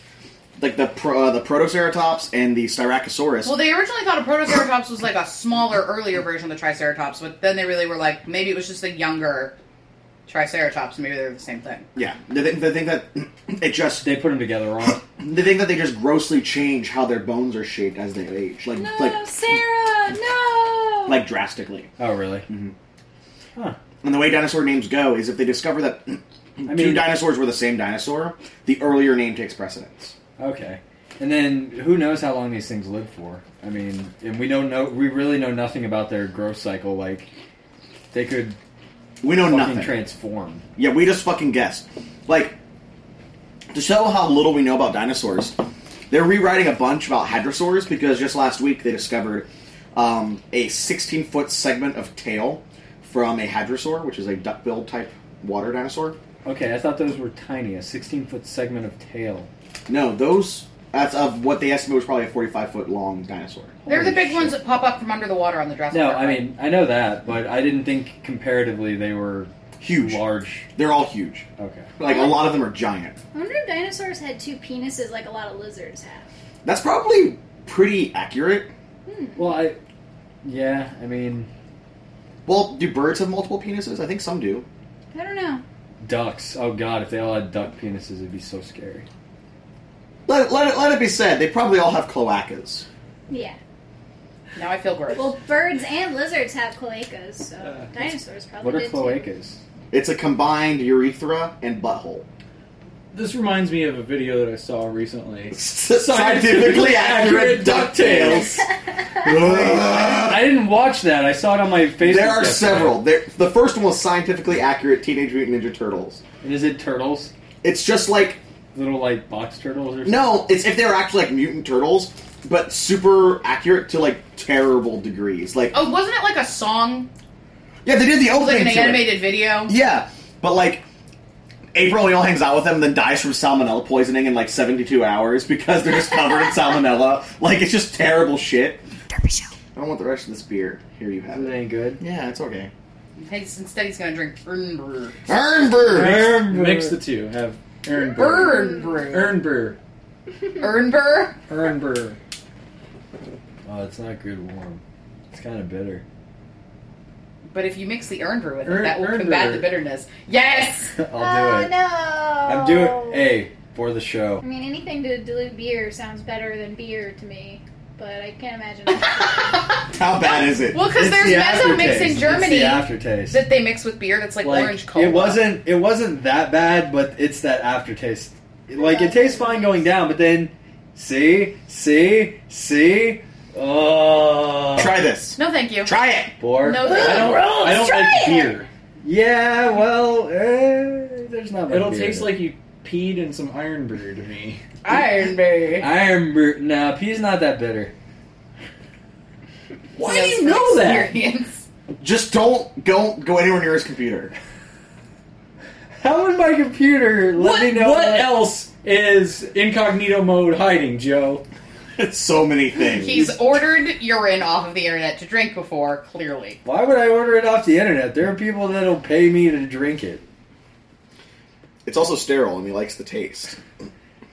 Speaker 5: Like, the pro, uh, the Protoceratops and the Styracosaurus.
Speaker 6: Well, they originally thought a Protoceratops was like a smaller, earlier version of the Triceratops, but then they really were like, maybe it was just a younger Triceratops. Maybe they're the same thing.
Speaker 5: yeah. They think, they think that it just...
Speaker 9: They put them together wrong.
Speaker 5: They think that they just grossly change how their bones are shaped as they age. Like,
Speaker 8: No,
Speaker 5: like,
Speaker 8: Sarah. No.
Speaker 5: like drastically.
Speaker 9: oh, really?
Speaker 7: Mm-hmm.
Speaker 5: And the way dinosaur names go is if they discover that two
Speaker 9: mean-
Speaker 5: dinosaurs were the same dinosaur, the earlier name takes precedence.
Speaker 9: Okay. And then who knows how long these things live for? I mean, and we don't know. We really know nothing about their growth cycle. Like, they could
Speaker 5: We know
Speaker 9: fucking
Speaker 5: nothing.
Speaker 9: transform.
Speaker 5: yeah, we just fucking guessed. Like, to show how little we know about dinosaurs, they're rewriting a bunch about hadrosaurs because just last week they discovered um, a 16 foot segment of tail from a hadrosaur, which is a duckbill type water dinosaur.
Speaker 9: Okay, I thought those were tiny. A 16 foot segment of tail.
Speaker 5: No, those, that's of what they estimate was probably a 45 foot long dinosaur.
Speaker 6: They're the
Speaker 9: Holy
Speaker 6: big
Speaker 9: shit.
Speaker 6: ones that pop up from under the water on the Jurassic
Speaker 9: No,
Speaker 6: Park
Speaker 9: I
Speaker 6: ride.
Speaker 9: mean I know that, but I didn't think comparatively they were
Speaker 5: Huge.
Speaker 9: large.
Speaker 5: They're all huge.
Speaker 9: Okay.
Speaker 5: Like, a lot of them are giant.
Speaker 8: I wonder if dinosaurs had two penises like a lot of lizards have.
Speaker 5: That's probably pretty accurate.
Speaker 9: Well, I. Yeah, I mean
Speaker 5: Well, do birds have multiple penises? I think some do.
Speaker 8: I don't know.
Speaker 9: ducks. Oh god, if they all had duck penises, it'd be so scary.
Speaker 5: Let, let, it, let it be said, they probably all have cloacas.
Speaker 8: Yeah.
Speaker 6: now I feel gross.
Speaker 8: Well, birds and lizards have cloacas, so
Speaker 7: Uh,
Speaker 8: dinosaurs probably
Speaker 9: What are
Speaker 8: did Too.
Speaker 9: cloacas?
Speaker 5: It's a combined urethra and butthole.
Speaker 7: This reminds me of a video that I saw recently.
Speaker 5: Scientifically accurate ducktails.
Speaker 9: I didn't watch that. I saw it on my Facebook.
Speaker 5: there are
Speaker 9: yesterday.
Speaker 5: several. There, the first one was scientifically accurate Teenage Mutant Ninja Turtles.
Speaker 9: And is it turtles?
Speaker 5: It's just like
Speaker 9: Little like box turtles or something?
Speaker 5: no, it's if they were actually like mutant turtles, but super accurate to like terrible degrees. Like
Speaker 6: oh, wasn't it like a song?
Speaker 5: yeah, they did the
Speaker 6: It was like
Speaker 5: opening
Speaker 6: an
Speaker 5: to it.
Speaker 6: animated video?
Speaker 5: Yeah, but like April O'Neil hangs out with them, and then dies from salmonella poisoning in like 72 hours because they're just covered in salmonella. Like it's just terrible shit.
Speaker 2: Derpy Show.
Speaker 5: I don't want the rest of this beer. Here you have
Speaker 9: It
Speaker 5: it.
Speaker 9: ain't good.
Speaker 5: Yeah, it's okay.
Speaker 6: Hey, instead he's gonna drink Urn Brew.
Speaker 5: Earn brew.
Speaker 7: Mix the two. Have Aaron Burr.
Speaker 6: Urn Brew.
Speaker 7: Aaron Burr.
Speaker 6: Urn Brew?
Speaker 7: Aaron Burr.
Speaker 9: Oh, it's not good warm. It's kind of bitter.
Speaker 6: But if you mix the urn brew with it,
Speaker 9: Urn-
Speaker 6: that will
Speaker 9: urn
Speaker 6: combat
Speaker 9: brew.
Speaker 6: the bitterness. Yes!
Speaker 9: I'll do it.
Speaker 8: Ah, no!
Speaker 9: I'm doing hey for the show.
Speaker 8: I mean, anything to dilute beer sounds better than beer to me, but I can't imagine.
Speaker 5: How bad is it?
Speaker 6: Well, because
Speaker 9: It's
Speaker 6: there's mezzo
Speaker 9: the
Speaker 6: mix
Speaker 9: aftertaste.
Speaker 6: in
Speaker 9: It's
Speaker 6: Germany
Speaker 9: the aftertaste.
Speaker 6: that they mix with beer that's like, orange cola.
Speaker 9: It wasn't. It wasn't that bad, but it's that aftertaste. Like it tastes fine going down, but then see, see, see. Oh,
Speaker 5: Try this.
Speaker 6: No, thank you.
Speaker 5: Try it.
Speaker 9: Pork.
Speaker 6: No, I don't- gross, I don't try like it. beer.
Speaker 9: Yeah, well, eh, there's not. much
Speaker 7: It'll
Speaker 9: beer.
Speaker 7: taste like you peed in some iron brew to me.
Speaker 6: Iron Bear.
Speaker 9: Iron Brew. Nah, pea's not that bitter.
Speaker 6: Why
Speaker 5: do you know that?
Speaker 6: Experience.
Speaker 5: Just don't don't go anywhere near his computer.
Speaker 9: How would my computer let
Speaker 7: what,
Speaker 9: me know?
Speaker 7: What
Speaker 9: that-
Speaker 7: else is incognito mode hiding, Joe?
Speaker 5: It's so many things.
Speaker 6: He's ordered urine off of the internet to drink before, clearly.
Speaker 9: Why would I order it off the internet? There are people that'll pay me to drink it.
Speaker 5: It's also sterile, and he likes the taste.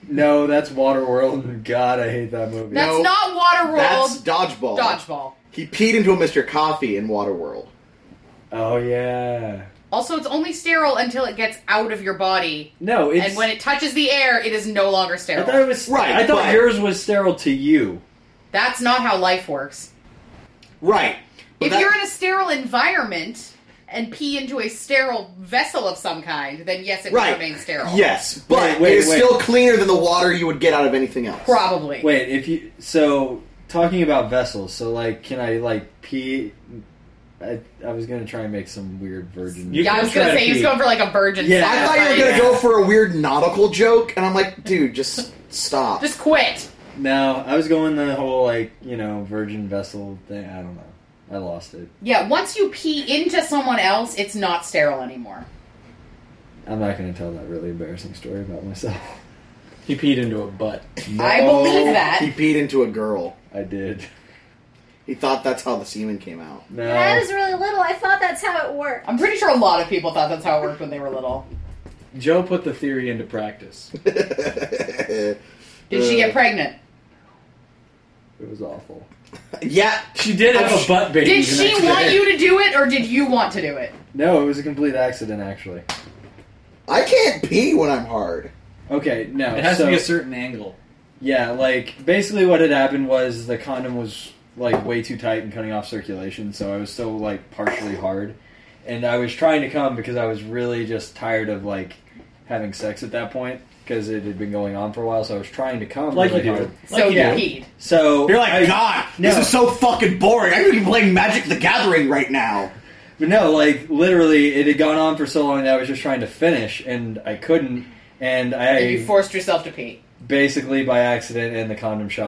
Speaker 9: No, that's
Speaker 7: Oh
Speaker 9: Waterworld. God, I hate that movie.
Speaker 6: That's not water
Speaker 5: That's
Speaker 6: world.
Speaker 5: dodgeball.
Speaker 6: Dodgeball.
Speaker 5: He peed into a Mr. Coffee in Waterworld.
Speaker 9: Oh yeah.
Speaker 6: Also, it's only sterile until it gets out of your body.
Speaker 9: No, it's.
Speaker 6: and when it touches the air, it is no longer
Speaker 9: I
Speaker 6: sterile.
Speaker 9: thought it was
Speaker 5: Right,
Speaker 9: I thought
Speaker 5: but-
Speaker 9: yours was sterile to you.
Speaker 6: That's not how life works.
Speaker 5: Right. But
Speaker 6: if
Speaker 5: that-
Speaker 6: you're in a sterile environment and pee into a sterile vessel of some kind, then yes, it
Speaker 5: Right.
Speaker 6: will remain sterile.
Speaker 5: Yes, but
Speaker 9: Wait, wait,
Speaker 5: it is
Speaker 9: wait.
Speaker 5: still cleaner than the water you would get out of anything else.
Speaker 6: Probably.
Speaker 9: Wait, if you so talking about vessels, so like, can I like pee? I, I was gonna try and make some weird virgin.
Speaker 7: You
Speaker 6: yeah, I
Speaker 7: can
Speaker 6: was going
Speaker 7: try
Speaker 6: to
Speaker 7: to
Speaker 6: say he's
Speaker 7: pee.
Speaker 6: going for like a virgin.
Speaker 9: Yeah.
Speaker 6: sex,
Speaker 5: I thought you were
Speaker 6: right?
Speaker 5: gonna go for a weird nautical joke, and I'm like, dude, just stop.
Speaker 6: Just quit.
Speaker 9: no, I was going the whole like you know virgin vessel thing. I don't know. I lost it.
Speaker 6: Yeah, once you pee into someone else, it's not sterile anymore.
Speaker 9: I'm not gonna tell that really embarrassing story about myself.
Speaker 7: He peed into a butt.
Speaker 6: I
Speaker 5: No,
Speaker 6: believe that.
Speaker 5: he peed into a girl.
Speaker 9: I did.
Speaker 5: He thought that's how the semen came out.
Speaker 9: No.
Speaker 8: When I was really little, I thought that's how it worked.
Speaker 6: I'm pretty sure a lot of people thought that's how it worked when they were little.
Speaker 7: Joe put the theory into practice.
Speaker 6: Did she
Speaker 5: Uh,
Speaker 6: get pregnant?
Speaker 9: It was awful.
Speaker 5: yeah,
Speaker 7: She did have a butt baby.
Speaker 6: Did
Speaker 7: the
Speaker 6: she
Speaker 7: next
Speaker 6: want
Speaker 7: day.
Speaker 6: you to do it or did you want to do it?
Speaker 9: No, it was a complete accident actually.
Speaker 5: I can't pee when I'm hard.
Speaker 9: Okay, no.
Speaker 7: It has
Speaker 9: so,
Speaker 7: to be a certain angle.
Speaker 9: Yeah, like basically what had happened was the condom was like way too tight and cutting off circulation, so I was still like partially hard. And I was trying to come because I was really just tired of like having sex at that point because it had been going on for a while, so I was trying to come
Speaker 7: Like
Speaker 9: really
Speaker 7: you do.
Speaker 9: hard.
Speaker 6: So
Speaker 7: Like,
Speaker 6: you
Speaker 7: yeah.
Speaker 6: peed.
Speaker 9: So
Speaker 5: You're like,
Speaker 9: I-
Speaker 5: God, this
Speaker 9: no.
Speaker 5: is so fucking boring. I could be playing Magic the Gathering right now.
Speaker 9: But no, like literally it had gone on for so long that I was just trying to finish and I couldn't and I
Speaker 6: And you forced yourself to pee.
Speaker 9: basically by accident in the condom shop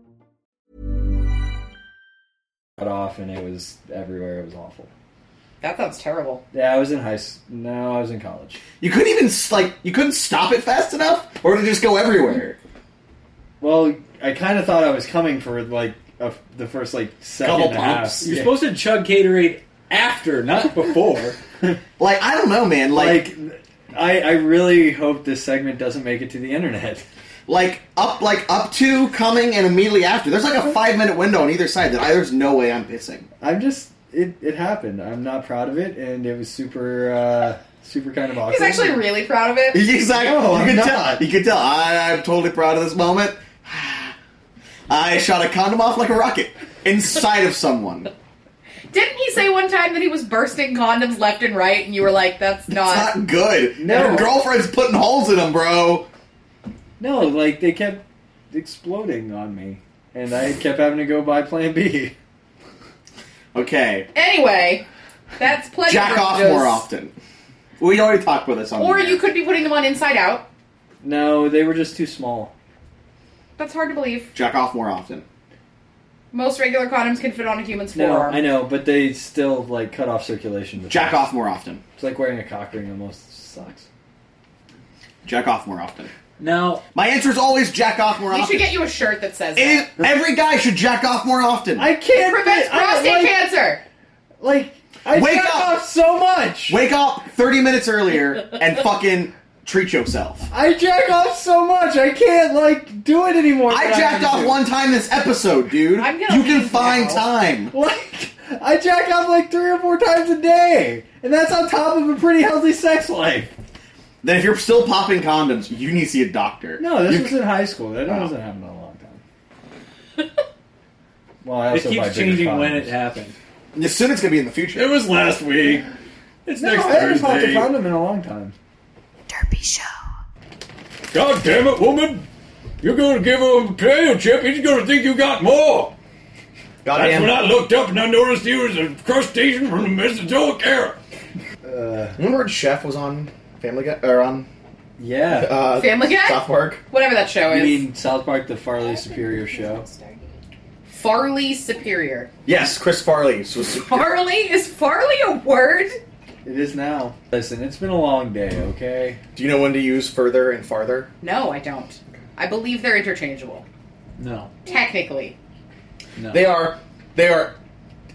Speaker 9: cut off and it was everywhere, it was awful.
Speaker 6: That sounds terrible.
Speaker 9: Yeah, I was in high. s- No, I was in college.
Speaker 5: You couldn't even s- like you couldn't stop it fast enough, or did it just go everywhere?
Speaker 9: Well, I kind of thought I was coming for like a f the first like second
Speaker 5: Couple
Speaker 9: and a half.
Speaker 5: pumps.
Speaker 9: Yeah.
Speaker 7: You're supposed to chug Gatorade after, not before.
Speaker 5: Like I don't know, man. Like
Speaker 9: like. I, I really hope this segment doesn't make it to the internet.
Speaker 5: like up like up to coming and immediately after. There's like a five minute window on either side that I, there's no way I'm pissing.
Speaker 9: I'm just it, it happened. I'm not proud of it, and it was super uh, super kind of awkward.
Speaker 6: He's actually really proud of it.
Speaker 5: Exactly.
Speaker 9: No,
Speaker 5: you
Speaker 9: I'm
Speaker 5: can
Speaker 9: not.
Speaker 5: tell. You can tell. I, I'm totally proud of this moment. I shot a condom off like a rocket inside of someone.
Speaker 6: Didn't he say one time that he was bursting condoms left and right, and you were like, "That's not."
Speaker 5: Not good. Your girlfriend's putting holes in them, bro.
Speaker 9: No, like they kept exploding on me, and I kept having to go buy Plan B.
Speaker 5: Okay.
Speaker 6: Anyway, that's plenty.
Speaker 5: Jack
Speaker 6: of
Speaker 5: off
Speaker 6: those.
Speaker 5: more often. We already talked about this on.
Speaker 6: Or
Speaker 5: the-
Speaker 6: you could be putting them on inside out.
Speaker 9: No, they were just too small.
Speaker 6: That's hard to believe.
Speaker 5: Jack off more often.
Speaker 6: Most regular condoms can fit on a human's
Speaker 9: No,
Speaker 6: forearm.
Speaker 9: I know, but they still like cut off circulation.
Speaker 5: Jack off more often.
Speaker 9: It's like wearing a cock ring almost It sucks.
Speaker 5: Jack off more often.
Speaker 7: Now,
Speaker 5: my answer is always jack off more
Speaker 6: You
Speaker 5: often.
Speaker 6: should get you a shirt that says
Speaker 5: It- every guy should jack off more often. I
Speaker 9: can't.
Speaker 6: prevents prostate cancer.
Speaker 9: Like
Speaker 6: I
Speaker 5: wake
Speaker 6: jack
Speaker 5: up
Speaker 9: off so much.
Speaker 5: Wake up thirty minutes earlier and fucking treat yourself.
Speaker 9: I jack off so much I can't like do it anymore.
Speaker 5: I
Speaker 9: What
Speaker 5: jacked
Speaker 9: can
Speaker 5: off
Speaker 9: do?
Speaker 5: one time this episode, dude. you can find time.
Speaker 9: Like I jack off like three or four times a day, and that's on top of a pretty healthy sex life.
Speaker 5: Then if you're still popping condoms, you need to see a doctor.
Speaker 9: No, this
Speaker 5: You-
Speaker 9: was in high school. That doesn't happen in a long time. Well, I
Speaker 7: It
Speaker 9: also buy
Speaker 7: keeps
Speaker 9: bigger
Speaker 7: changing when
Speaker 9: condoms.
Speaker 7: it happened.
Speaker 5: Soon it's gonna be in the future.
Speaker 7: It was last week. It's
Speaker 9: no,
Speaker 7: next
Speaker 9: I haven't popped a
Speaker 7: Thursday.
Speaker 9: condom in a long time.
Speaker 2: Derpy Show.
Speaker 7: God damn it, woman! You're gonna give him a potato chip. He's gonna think you got more. That's
Speaker 5: damn-
Speaker 7: when I looked up and I noticed he was a crustacean from the Mesozoic era.
Speaker 5: Uh, remember when Chef was on Family Guy or on?
Speaker 9: Yeah,
Speaker 5: uh,
Speaker 6: Family Guy?
Speaker 5: South Park.
Speaker 6: Whatever that show
Speaker 9: You
Speaker 6: is.
Speaker 9: mean South Park, the Farley Superior show?
Speaker 6: Farley Superior.
Speaker 5: Yes, Chris Farley was.
Speaker 6: Farley is Farley a word?
Speaker 9: It is now. Listen, it's been a long day. Okay.
Speaker 5: Do you know when to use further and farther?
Speaker 6: No, I don't. I believe they're interchangeable.
Speaker 7: No.
Speaker 6: Technically.
Speaker 5: They are they are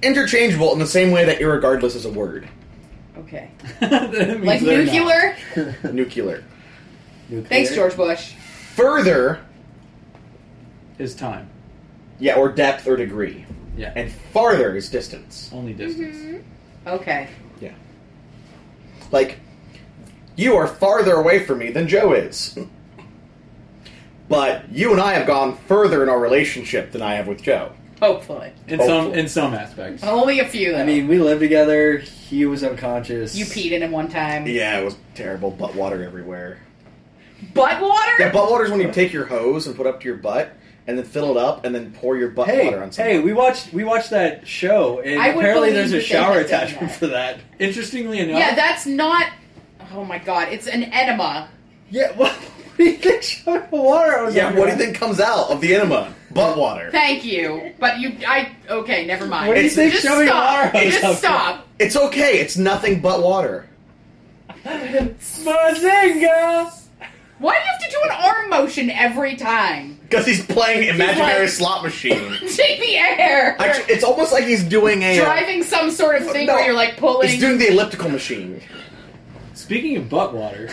Speaker 5: interchangeable in the same way that irregardless is a word.
Speaker 6: Okay.
Speaker 5: Like
Speaker 6: they're not. nuclear?
Speaker 5: nuclear.
Speaker 6: Thanks, George Bush.
Speaker 5: Further
Speaker 7: is time.
Speaker 5: Yeah, or depth or degree.
Speaker 7: Yeah.
Speaker 5: And farther is distance.
Speaker 7: Only distance.
Speaker 6: Okay.
Speaker 5: Yeah. Like you are farther away from me than Joe is. But you and I have gone further in our relationship than I have with Joe.
Speaker 6: Hopefully.
Speaker 7: In some in some aspects.
Speaker 6: Only a few, though.
Speaker 9: I mean, we lived together. He was unconscious.
Speaker 6: you peed in him one time.
Speaker 5: Yeah, it was terrible. Butt water everywhere.
Speaker 6: Butt water?
Speaker 5: Yeah, butt water is when you take your hose and put it up to your butt, and then fill it up, and then pour your butt
Speaker 9: Hey,
Speaker 5: water on something.
Speaker 9: hey, we watched we watched that show, and
Speaker 6: I would
Speaker 9: apparently
Speaker 6: believe
Speaker 9: there's a
Speaker 6: that they
Speaker 9: shower
Speaker 6: had done
Speaker 9: attachment for that.
Speaker 7: Interestingly enough,
Speaker 6: Yeah, that's not. Oh my god, it's an enema.
Speaker 9: Yeah, what, what do you think showed the water? was
Speaker 5: yeah, what do you think comes out of the enema? Butt water.
Speaker 6: Thank you, but you, I okay, never mind.
Speaker 5: What do you think
Speaker 6: Just
Speaker 5: showing
Speaker 6: stop.
Speaker 5: water is up
Speaker 6: Just
Speaker 5: to?
Speaker 6: stop.
Speaker 5: It's okay. It's nothing but water.
Speaker 9: Mazinga!
Speaker 6: Why do you have to do an arm motion every time?
Speaker 5: Because he's playing imaginary
Speaker 6: like-
Speaker 5: slot machine.
Speaker 6: Take the air.
Speaker 5: Actually, it's almost like he's doing a. uh,
Speaker 6: Driving some sort of thing
Speaker 5: no,
Speaker 6: where you're like pulling.
Speaker 5: He's doing the elliptical machine.
Speaker 7: Speaking of butt water,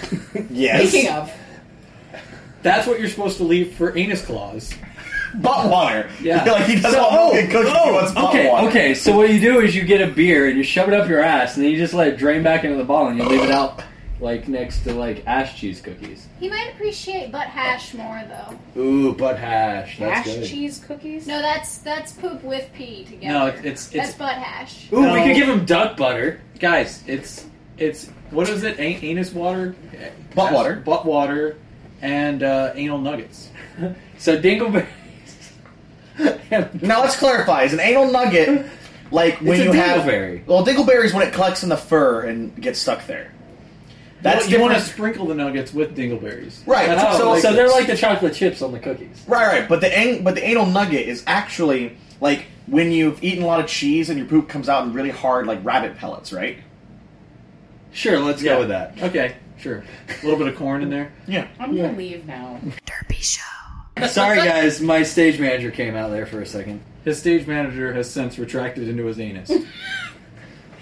Speaker 5: yes.
Speaker 6: Speaking of,
Speaker 7: that's what you're supposed to leave for anus claws.
Speaker 5: Butt water.
Speaker 7: Yeah.
Speaker 5: Like he doesn't
Speaker 9: So- oh,
Speaker 5: want milk and cookies, he wants butt
Speaker 9: Okay,
Speaker 5: water.
Speaker 9: okay. So what you do is you get a beer and you shove it up your ass, and then you just let it drain back into the bottle, and you leave it out like next to like ash cheese cookies.
Speaker 8: He might appreciate butt hash more though.
Speaker 9: Ooh, butt hash. That's
Speaker 6: Hash
Speaker 9: good.
Speaker 6: cheese cookies.
Speaker 8: No, that's that's poop with pee together.
Speaker 7: No, it's- it's-
Speaker 8: that's butt hash.
Speaker 9: Ooh, we
Speaker 7: No.
Speaker 9: could give him duck butter.
Speaker 7: Guys, it's it's what is it? An- anus water,
Speaker 5: Butt water.
Speaker 7: butt water, and uh, anal nuggets.
Speaker 9: So dingleberry.
Speaker 5: Now let's clarify: is an anal nugget like when
Speaker 9: It's a
Speaker 5: you have
Speaker 9: dingleberry.
Speaker 5: Well, dingleberry is when it collects in the fur and gets stuck there. That's
Speaker 7: That's you want to
Speaker 5: different.
Speaker 7: sprinkle the nuggets with dingleberries,
Speaker 5: Right.
Speaker 7: That's
Speaker 5: so,
Speaker 7: like-
Speaker 9: So they're like the chocolate chips on the cookies.
Speaker 5: right, right. But the an- but the anal nugget is actually like when you've eaten a lot of cheese and your poop comes out in really hard like rabbit pellets, right?
Speaker 9: Sure, let's
Speaker 7: Yeah.
Speaker 9: go with that.
Speaker 7: Okay, sure. A little bit of corn in there.
Speaker 5: Yeah.
Speaker 6: I'm gonna leave now.
Speaker 9: Sorry, guys, my stage manager came out there for a second.
Speaker 7: His stage manager has since retracted into his anus.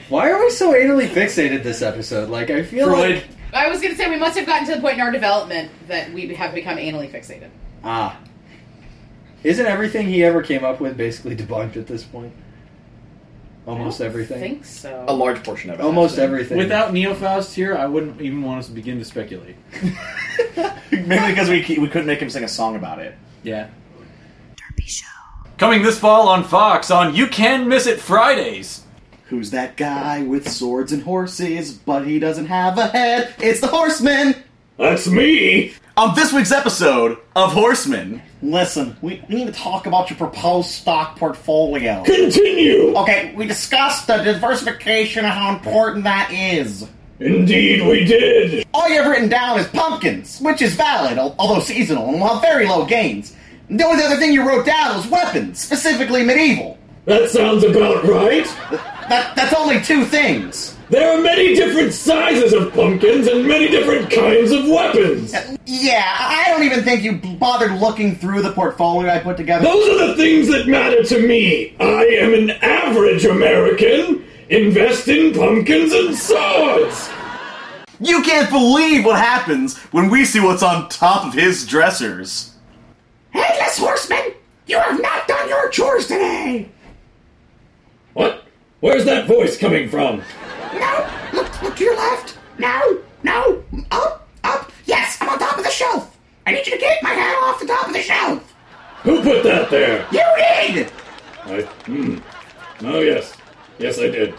Speaker 9: Why are we so anally fixated this episode? Like, I feel like
Speaker 6: I was gonna say we must have gotten to the point in our development that we have become anally fixated.
Speaker 9: ah, isn't everything he ever came up with basically debunked at this point? Almost
Speaker 6: I
Speaker 9: everything.
Speaker 6: think so.
Speaker 5: A large portion of it.
Speaker 9: Almost everything.
Speaker 7: Without Neofaust here, I wouldn't even want us to begin to speculate.
Speaker 5: Maybe because we ke- we couldn't make him sing a song about it.
Speaker 7: Yeah. Derpy Show. Coming this fall on Fox on You Can Miss It Fridays.
Speaker 5: Who's that guy with swords and horses, but he doesn't have a head? It's the Horseman! That's me! On this week's episode of Horseman. Listen, we need to talk about your proposed stock portfolio.
Speaker 10: Continue.
Speaker 5: Okay, we discussed the diversification and how important that is.
Speaker 10: Indeed, we did.
Speaker 5: All you have written down is pumpkins, which is valid, al- although seasonal, and will have very low gains. The only other thing you wrote down was weapons, specifically medieval.
Speaker 10: That sounds about right.
Speaker 5: That, that's only two things.
Speaker 10: There are many different sizes of pumpkins and many different kinds of weapons.
Speaker 5: Yeah, I I don't even think you bothered looking through the portfolio I put together.
Speaker 10: Those are the things that matter to me. I am an average American. Invest in pumpkins and swords.
Speaker 5: You can't believe what happens when we see what's on top of his dressers.
Speaker 10: Headless horseman, you have not done your chores today. What? Where's that voice coming from?
Speaker 11: No! Look, look to your left! No! No! Up! Up! Yes, I'm on top of the shelf! I need you to get my hat off the top of the shelf!
Speaker 10: Who put that there?
Speaker 11: You did!
Speaker 10: I. Hmm. Oh yes, yes I did.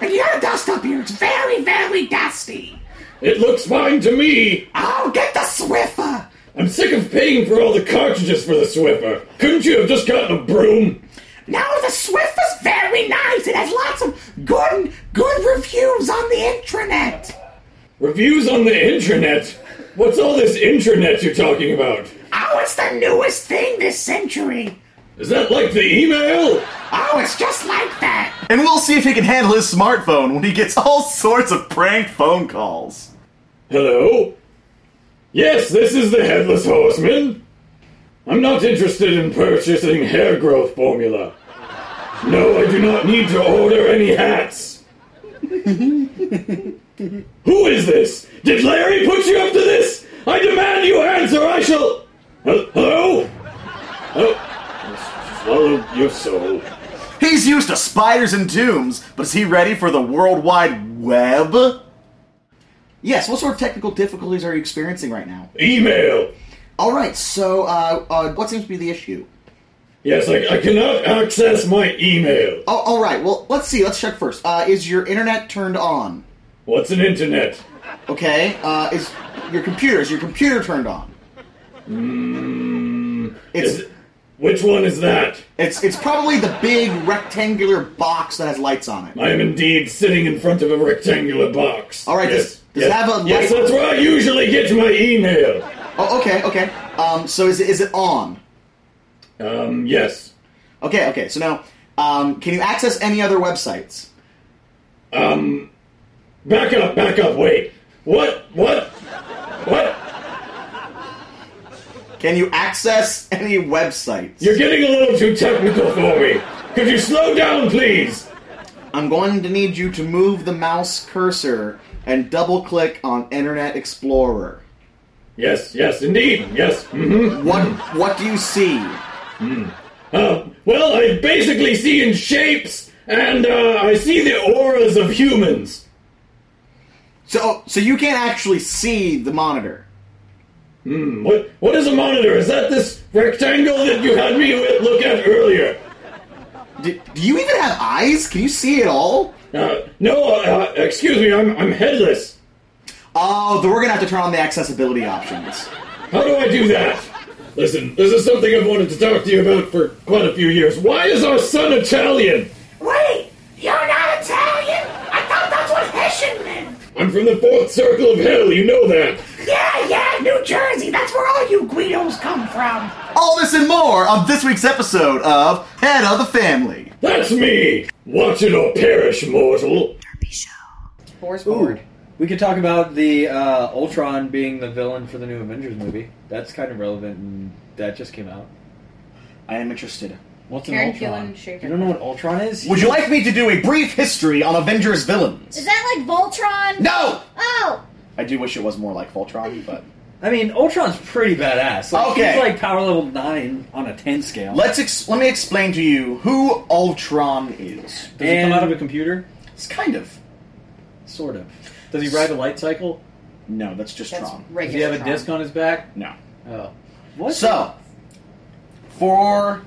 Speaker 11: And you gotta dust up here, it's very, very dusty!
Speaker 10: It looks fine to me.
Speaker 11: Oh, get the Swiffer!
Speaker 10: I'm sick of paying for all the cartridges for the Swiffer. Couldn't you have just gotten a broom?
Speaker 11: No, the Swiffer's very nice! It has lots of good, good reviews on the intranet!
Speaker 10: Reviews on the intranet. What's all this intranet you're talking about?
Speaker 11: Oh, it's the newest thing this century!
Speaker 10: Is that like the email?
Speaker 11: Oh, it's just like that!
Speaker 5: And we'll see if he can handle his smartphone when he gets all sorts of prank phone calls.
Speaker 10: Hello? Yes, this is the Headless Horseman. I'm not interested in purchasing hair growth formula. No, I do not need to order any hats. Who is this? Did Larry put you up to this? I demand you answer. I shall. Hel- Hello? Oh, swallow your soul.
Speaker 5: He's used to spiders and tombs, but is he ready for the World Wide Web? Yes, what sort of technical difficulties are you experiencing right now?
Speaker 10: Email.
Speaker 5: Alright, so uh, uh, what seems to be the issue?
Speaker 10: Yes, I, I cannot access my email.
Speaker 5: Oh, alright, well, let's see, let's check first. Uh, is your internet turned on?
Speaker 10: What's an internet?
Speaker 5: Okay, uh, is your computer, is your computer turned on? It's,
Speaker 10: Which one is that?
Speaker 5: It's it's probably the big rectangular box that has lights on it.
Speaker 10: I am indeed sitting in front of a rectangular box.
Speaker 5: All right,
Speaker 10: Yes.
Speaker 5: does, does
Speaker 10: yes.
Speaker 5: it have a light?
Speaker 10: Yes, that's where I usually get my email.
Speaker 5: Oh, okay, okay. Um, so is it, is it on?
Speaker 10: Um, yes.
Speaker 5: Okay, okay. So now, um, can you access any other websites?
Speaker 10: Um, back up, back up, wait. What? What? What?
Speaker 5: Can you access any websites?
Speaker 10: You're getting a little too technical for me. Could you slow down, please?
Speaker 5: I'm going to need you to move the mouse cursor and double click on Internet Explorer.
Speaker 10: Yes, yes, indeed, yes. Mm-hmm.
Speaker 5: What What do you see?
Speaker 10: Uh, well, I basically see in shapes, and uh, I see the auras of humans.
Speaker 5: So so you can't actually see the monitor.
Speaker 10: Hmm, what what is a monitor? Is that this rectangle that you had me wi- look at earlier?
Speaker 5: Do, do you even have eyes? Can you see at all?
Speaker 10: Uh, no, uh, excuse me, I'm I'm headless.
Speaker 5: Oh, then we're gonna have to turn on the accessibility options.
Speaker 10: How do I do that? Listen, this is something I've wanted to talk to you about for quite a few years. Why is our son Italian?
Speaker 11: Wait! You're not Italian! I thought that's what Hessian meant!
Speaker 10: I'm from the fourth circle of hell, you know that.
Speaker 11: Yeah, yeah, New Jersey! That's where all you Guidos come from!
Speaker 5: All this and more on this week's episode of Head of the Family.
Speaker 10: That's me! Watch it or perish, mortal.
Speaker 6: Force
Speaker 9: Ooh, we could talk about the uh, Ultron being the villain for the new Avengers movie. That's kind of relevant, and that just came out.
Speaker 5: I am interested.
Speaker 9: What's
Speaker 6: Karen
Speaker 9: an Ultron?
Speaker 6: Gillan Shaker.
Speaker 9: You don't know what Ultron is?
Speaker 5: Would you like me to do a brief history on Avengers villains?
Speaker 8: Is that like Voltron?
Speaker 5: No!
Speaker 8: Oh!
Speaker 5: I do wish it was more like Voltron, but.
Speaker 9: I mean, Ultron's pretty badass. Like,
Speaker 5: Okay.
Speaker 9: he's like power level nine on a ten scale.
Speaker 5: Let's ex- let me explain to you who Ultron is.
Speaker 7: Does he come out of a computer?
Speaker 5: It's kind of.
Speaker 7: Sort of. Does he ride a light cycle?
Speaker 5: No, that's just
Speaker 6: That's
Speaker 5: Tron.
Speaker 7: Does he have
Speaker 6: regular
Speaker 7: a
Speaker 9: Oh.
Speaker 7: disc on his back?
Speaker 5: No.
Speaker 7: Oh.
Speaker 9: What?
Speaker 5: So, for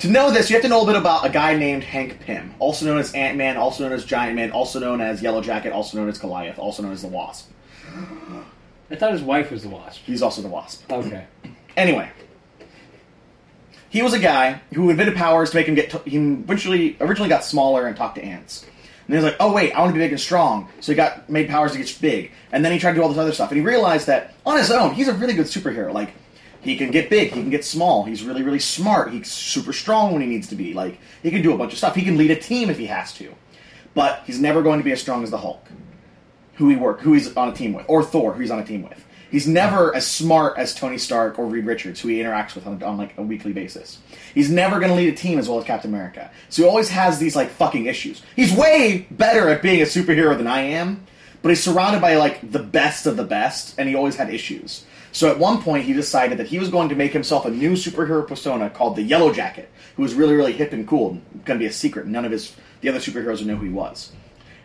Speaker 5: To know this, you have to know a bit about a guy named Hank Pym, also known as Ant Man, also known as Giant Man, also known as Yellow Jacket, also known as Goliath, also known as the Wasp.
Speaker 9: I thought his wife was the Wasp.
Speaker 5: He's also the Wasp.
Speaker 9: Okay.
Speaker 5: Anyway, he was a guy who invented powers to make him get. T- he eventually originally got smaller and talked to ants. And he was like, "Oh wait, I want to be big and strong." So he got made powers to get big, and then he tried to do all this other stuff. And he realized that on his own, he's a really good superhero. Like, he can get big, he can get small. He's really, really smart. He's super strong when he needs to be. Like, he can do a bunch of stuff. He can lead a team if he has to, but he's never going to be as strong as the Hulk, who he work, who he's on a team with, or Thor, who he's on a team with. He's never as smart as Tony Stark or Reed Richards, who he interacts with on, on like a weekly basis. He's never going to lead a team as well as Captain America. So he always has these like fucking issues. He's way better at being a superhero than I am, but he's surrounded by like the best of the best, and he always had issues. So at one point, he decided that he was going to make himself a new superhero persona called the Yellow Jacket, who was really, really hip and cool, and going to be a secret. None of his the other superheroes would know who he was.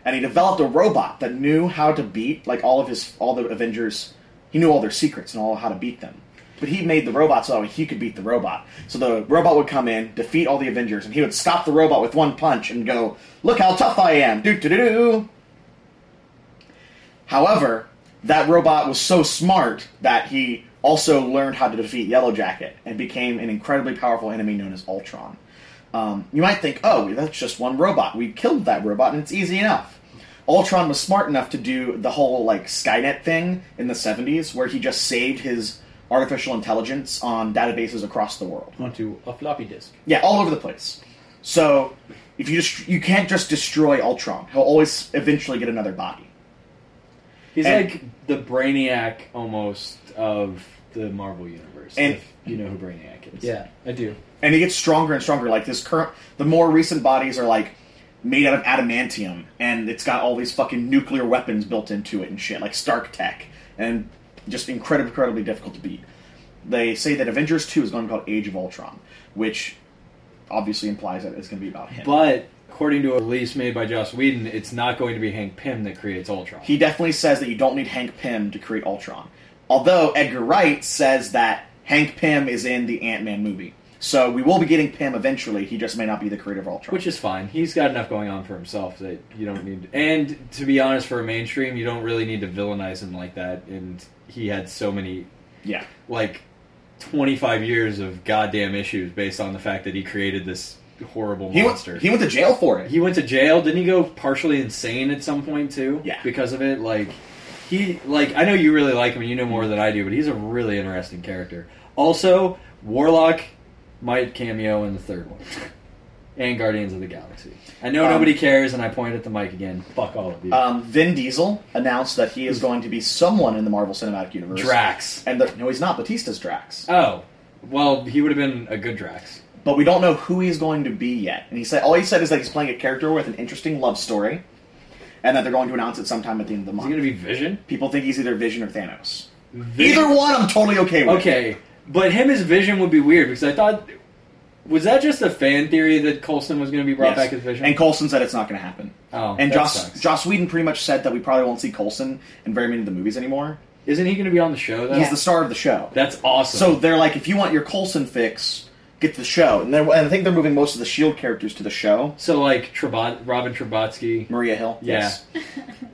Speaker 5: And he developed a robot that knew how to beat like all of his all the Avengers he knew all their secrets and all how to beat them. But he made the robot so that way he could beat the robot. So the robot would come in, defeat all the Avengers, and he would stop the robot with one punch and go, "Look how tough I am!" Do do do do. However, that robot was so smart that he also learned how to defeat Yellow Jacket and became an incredibly powerful enemy known as Ultron. Um, you might think, "Oh, that's just one robot. We killed that robot, and it's easy enough." Ultron was smart enough to do the whole like Skynet thing in the 70s where he just saved his artificial intelligence on databases across the world.
Speaker 7: Onto a floppy disk.
Speaker 5: Yeah, all over the place. So if you just you can't just destroy Ultron. He'll always eventually get another body.
Speaker 9: He's
Speaker 5: And-
Speaker 9: like the Brainiac almost of the Marvel universe.
Speaker 5: And-
Speaker 9: if you know who Brainiac is.
Speaker 5: Yeah,
Speaker 9: I do.
Speaker 5: And he gets stronger and stronger. Like this current the more recent bodies are like made out of adamantium and it's got all these fucking nuclear weapons built into it and shit, like Stark Tech. And just incredibly incredibly difficult to beat. they say that Avengers 2 is going to be called Age of Ultron, which obviously implies that it's going to be about him.
Speaker 9: But according to a release made by Joss Whedon, it's not going to be Hank Pym that creates Ultron.
Speaker 5: He definitely says that you don't need Hank Pym to create Ultron. Although Edgar Wright says that Hank Pym is in the Ant Man movie. So we will be getting Pym eventually, he just may not be the creator of Ultron.
Speaker 9: Which is fine. He's got enough going on for himself that you don't need. And to be honest, for a mainstream, you don't really need to villainize him like that. And he had so many,
Speaker 5: yeah,
Speaker 9: like twenty-five years of goddamn issues based on the fact that he created this horrible
Speaker 5: He went-
Speaker 9: monster.
Speaker 5: he went to jail for it.
Speaker 9: He went to jail. Didn't he go partially insane at some point too?
Speaker 5: Yeah,
Speaker 9: because of it. Like he, like I know you really like him, and you know more than I do, but he's a really interesting character. Also, Warlock might cameo in the third one. And Guardians of the Galaxy. I know
Speaker 5: Um,
Speaker 9: nobody cares, and I pointed at the mic again. Uh, Fuck all of you.
Speaker 5: Um, Vin Diesel announced that he is going to be someone in the Marvel Cinematic Universe.
Speaker 9: Hmm. Drax.
Speaker 5: And the, no, he's not. Batista's Drax.
Speaker 9: oh, well, he would have been a good Drax.
Speaker 5: but we don't know who he's going to be yet. And he said all he said is that he's playing a character with an interesting love story, and that they're going to announce it sometime at the end of the month. Is
Speaker 9: he going to be Vision?
Speaker 5: People think he's either Vision or Thanos.
Speaker 9: Vi-
Speaker 5: Either one, I'm totally okay with.
Speaker 9: Okay, but him as Vision would be weird because I thought was that just a fan theory that Colson was going to be brought
Speaker 5: Yes.
Speaker 9: back as Vision?
Speaker 5: And Colson said it's not going to happen.
Speaker 9: Oh,
Speaker 5: and
Speaker 9: that
Speaker 5: Joss
Speaker 9: sucks.
Speaker 5: Joss Whedon pretty much said that we probably won't see Colson in very many of the movies anymore.
Speaker 9: Isn't he going to be on the show? though?
Speaker 5: He's
Speaker 9: Yeah.
Speaker 5: the star of the show.
Speaker 9: That's awesome.
Speaker 5: So they're like, if you want your Colson fix, get the show. And, they're, and I think they're moving most of the Shield characters to the show.
Speaker 9: So like Trabot, Robin Trabotsky,
Speaker 5: Maria Hill.
Speaker 9: Yeah,
Speaker 5: Yes.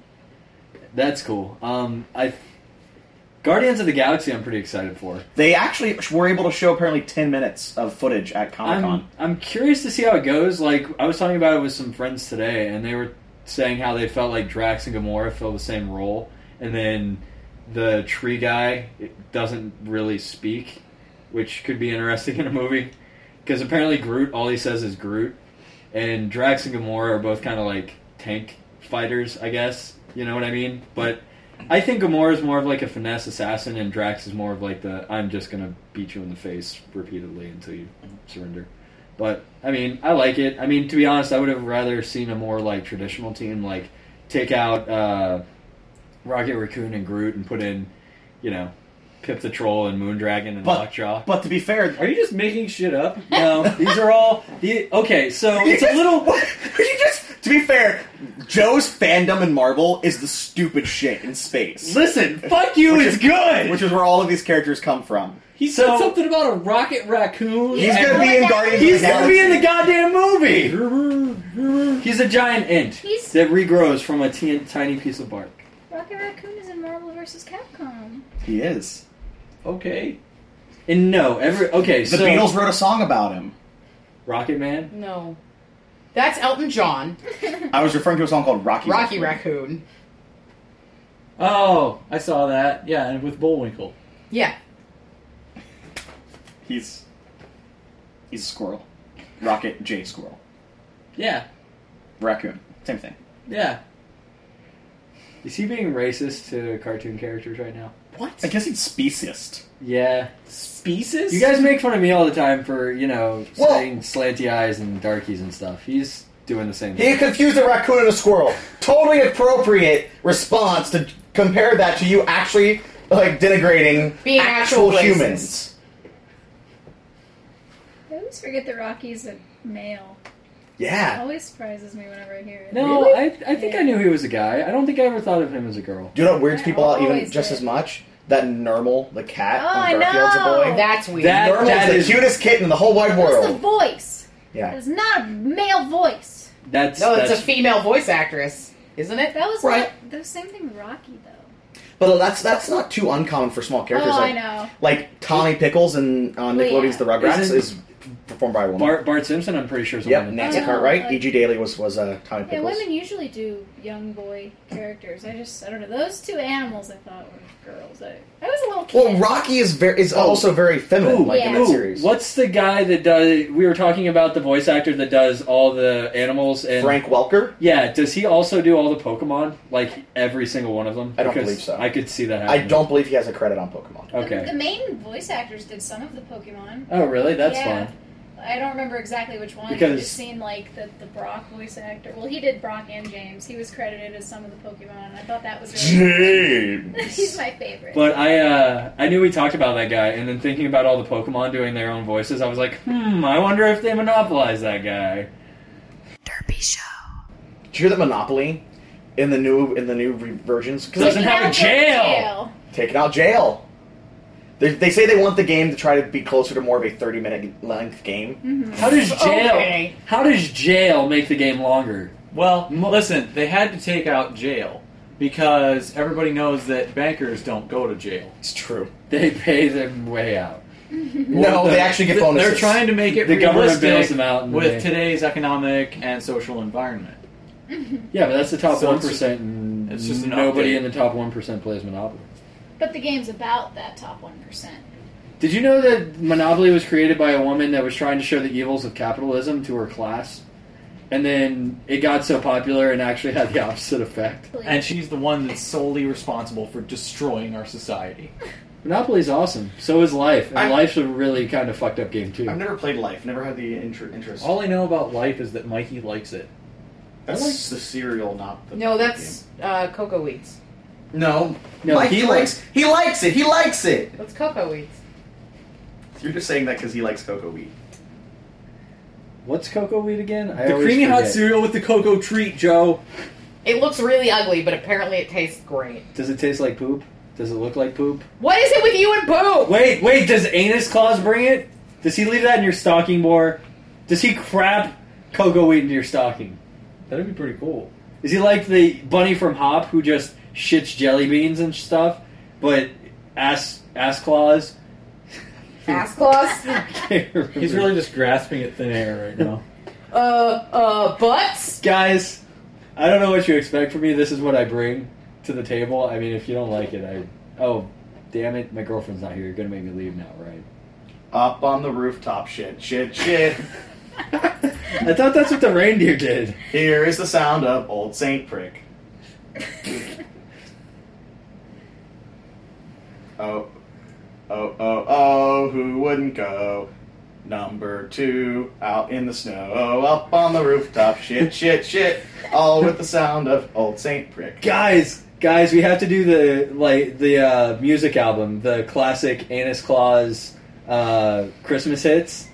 Speaker 9: that's cool. Um, I Guardians of the Galaxy, I'm pretty excited for.
Speaker 5: They actually were able to show apparently ten minutes of footage at Comic
Speaker 9: I'm
Speaker 5: Con.
Speaker 9: I'm curious to see how it goes. Like I was talking about it with some friends today, and they were saying how they felt like Drax and Gamora fill the same role, and then the tree guy it doesn't really speak, which could be interesting in a movie because apparently Groot all he says is Groot, and Drax and Gamora are both kind of like tank fighters, I guess. You know what I mean? But I think Gamora is more of like a finesse assassin, and Drax is more of like the I'm just gonna beat you in the face repeatedly until you surrender. But I mean, I like it. I mean, to be honest, I would have rather seen a more like traditional team, like take out uh, Rocket Raccoon and Groot, and put in, you know, Pip the Troll and Moondragon and Lockjaw.
Speaker 5: But to be fair,
Speaker 9: are you just making shit up? No, these are all the okay. So it's a little.
Speaker 5: you just to be fair, Joe's fandom in Marvel is the stupid shit in space.
Speaker 9: Listen, fuck you,
Speaker 5: Which
Speaker 9: it's good!
Speaker 5: Which is where all of these characters come from.
Speaker 7: He said something about a rocket raccoon.
Speaker 5: He's gonna be in Guardians of
Speaker 9: He's
Speaker 5: the
Speaker 9: gonna be in the goddamn movie.
Speaker 7: movie.
Speaker 9: He's a giant ant
Speaker 8: He's-
Speaker 9: that regrows from a t- tiny piece of bark.
Speaker 8: Rocket Raccoon is in Marvel vs. Capcom.
Speaker 5: He is.
Speaker 9: Okay. And no, every okay.
Speaker 5: The
Speaker 9: so,
Speaker 5: Beatles wrote a song about him.
Speaker 9: Rocket Man.
Speaker 6: No. That's Elton John.
Speaker 5: I was referring to a song called Rocky.
Speaker 6: Rocky Raccoon.
Speaker 7: Oh, I saw that. Yeah, and with Bullwinkle.
Speaker 6: Yeah.
Speaker 5: He's he's a squirrel. Rocket J Squirrel.
Speaker 7: Yeah,
Speaker 5: Raccoon. Same thing.
Speaker 7: yeah.
Speaker 9: Is he being racist to cartoon characters right now?
Speaker 5: What? I guess he's speciest.
Speaker 9: Yeah.
Speaker 7: Species?
Speaker 9: You guys make fun of me all the time for you know saying slanty eyes and darkies and stuff. He's doing the same
Speaker 5: He
Speaker 9: thing.
Speaker 5: confused a raccoon and a squirrel. Totally appropriate response to compare that to you actually like denigrating
Speaker 8: Being
Speaker 5: actual,
Speaker 8: actual racist.
Speaker 5: humans.
Speaker 8: I always forget that Rocky's a male. It
Speaker 9: Yeah.
Speaker 8: always surprises me whenever I hear it.
Speaker 9: No,
Speaker 8: Really?
Speaker 9: I, I think I knew he was a guy. I don't think I ever thought of him as a girl.
Speaker 5: Do you know what weirds people out even
Speaker 8: always
Speaker 5: just as much? That Nermal, the cat
Speaker 8: Oh, I
Speaker 5: on Garfield's
Speaker 8: know.
Speaker 5: a boy.
Speaker 8: That's
Speaker 6: weird.
Speaker 9: That-
Speaker 5: Normal's
Speaker 9: that
Speaker 5: the
Speaker 9: is-
Speaker 5: cutest kitten in the whole wide
Speaker 8: That's the
Speaker 5: world.
Speaker 8: voice.
Speaker 5: Yeah.
Speaker 8: It's not a male voice.
Speaker 9: That's
Speaker 6: No, Oh, it's a female voice actress, isn't it?
Speaker 8: That was right. the same thing with Rocky though.
Speaker 5: But that's that's not too uncommon for small characters.
Speaker 8: oh,
Speaker 5: like,
Speaker 8: I know.
Speaker 5: like Tommy Pickles and on
Speaker 8: Well,
Speaker 5: Nickelodeon's
Speaker 8: yeah.
Speaker 5: The Rugrats
Speaker 9: Isn't-
Speaker 5: is performed by a woman.
Speaker 9: Bart Bart Simpson. I'm pretty sure is a
Speaker 5: yep,
Speaker 9: woman.
Speaker 5: Nancy
Speaker 8: Oh,
Speaker 5: Cartwright.
Speaker 8: like-
Speaker 5: E.G. Daly was was uh, Tommy
Speaker 8: Yeah,
Speaker 5: Pickles.
Speaker 8: women usually do young boy characters. I just I don't know. Those two animals I thought were girls. I, I was a little kid.
Speaker 5: Well, Rocky is very is
Speaker 9: Oh.
Speaker 5: also very feminine, like in
Speaker 8: Yeah.
Speaker 5: that
Speaker 8: Ooh.
Speaker 5: series.
Speaker 9: What's the guy that does? We were talking about the voice actor that does all the animals and
Speaker 5: Frank Welker?
Speaker 9: Yeah, does he also do all the Pokemon? Like every single one of them?
Speaker 5: I don't
Speaker 9: Because
Speaker 5: believe so.
Speaker 9: I could see that
Speaker 5: I
Speaker 9: happening.
Speaker 5: don't believe he has a credit on Pokemon.
Speaker 8: The
Speaker 9: Okay.
Speaker 8: main voice actors did some of the Pokemon.
Speaker 9: Oh, really? That's
Speaker 8: yeah.
Speaker 9: fun.
Speaker 8: I don't remember exactly which one. I
Speaker 9: Because-
Speaker 8: just seen like the, the Brock voice actor. Well, he did Brock and James. He was credited as some of the Pokemon. and I thought that was really
Speaker 9: James.
Speaker 8: He's my favorite.
Speaker 9: But I, uh, I knew we talked about that guy, and then thinking about all the Pokemon doing their own voices, I was like, hmm, I wonder if they monopolize that guy.
Speaker 2: Derpy Show.
Speaker 5: Did you hear that Monopoly in the new in the new re- versions
Speaker 9: Doesn't have a jail.
Speaker 5: taking out jail? They, they say they want the game to try to be closer to more of a thirty minute length game.
Speaker 8: Mm-hmm.
Speaker 9: How does jail?
Speaker 5: Okay.
Speaker 9: How does jail make the game longer?
Speaker 7: Well, listen, they had to take out jail because everybody knows that bankers don't go to jail.
Speaker 5: It's true.
Speaker 9: They pay them way out.
Speaker 5: No, they actually get bonuses.
Speaker 7: They're trying to make it
Speaker 9: The
Speaker 7: realistic
Speaker 9: government bails them out and
Speaker 7: with
Speaker 9: they-
Speaker 7: today's economic and social environment.
Speaker 9: Yeah, but that's the top
Speaker 7: So
Speaker 9: one
Speaker 7: it's just-
Speaker 9: percent, and
Speaker 7: it's just an
Speaker 9: nobody
Speaker 7: update.
Speaker 9: in the top one percent plays Monopoly.
Speaker 8: But the game's about that top one percent.
Speaker 9: Did you know that Monopoly was created by a woman that was trying to show the evils of capitalism to her class? And then it got so popular and actually had the opposite effect.
Speaker 7: And she's the one that's solely responsible for destroying our society.
Speaker 9: Monopoly's awesome. So is Life. And
Speaker 7: I-
Speaker 9: Life's a really kind of fucked up game, too.
Speaker 5: I've never played Life. Never had the inter- interest.
Speaker 7: All I know about life is that Mikey likes it.
Speaker 5: That's
Speaker 7: I like-
Speaker 5: the cereal, not the
Speaker 6: No, that's uh, cocoa weeds.
Speaker 5: no.
Speaker 9: No,
Speaker 5: Mike,
Speaker 9: he
Speaker 5: he likes he likes it. He likes it.
Speaker 6: That's cocoa weeds.
Speaker 5: You're just saying that because he likes cocoa wheat.
Speaker 9: What's cocoa wheat again? I
Speaker 7: the
Speaker 9: always
Speaker 7: creamy hot
Speaker 9: forget.
Speaker 7: cereal with the cocoa treat, Joe.
Speaker 6: It looks really ugly, but apparently it tastes great.
Speaker 9: Does it taste like poop? Does it look like poop?
Speaker 6: What is it with you and poop?
Speaker 9: Wait, wait, does Anus Claus bring it? Does he leave that in your stocking, Boar? Does he crap cocoa wheat into your stocking?
Speaker 7: That'd be pretty cool.
Speaker 9: Is he like the bunny from Hop who just shits jelly beans and stuff, but ass ass claws?
Speaker 6: Ass claws?
Speaker 7: He's really just grasping at thin air right now.
Speaker 6: Uh, uh, butts?
Speaker 9: Guys, I don't know what you expect from me. This is what I bring to the table. I mean, if you don't like it, I oh, damn it, my girlfriend's not here. You're gonna make me leave now, right?
Speaker 5: Up on the rooftop, shit, shit, shit.
Speaker 9: I thought that's what the reindeer did.
Speaker 5: Here is the sound of old Saint Prick. oh, oh, oh, oh, who wouldn't go? Number two, out in the snow, up on the rooftop, shit, shit, shit, all with the sound of old Saint Prick.
Speaker 9: Guys, guys, we have to do the like the uh, music album, the classic Anus Claus uh, Christmas hits.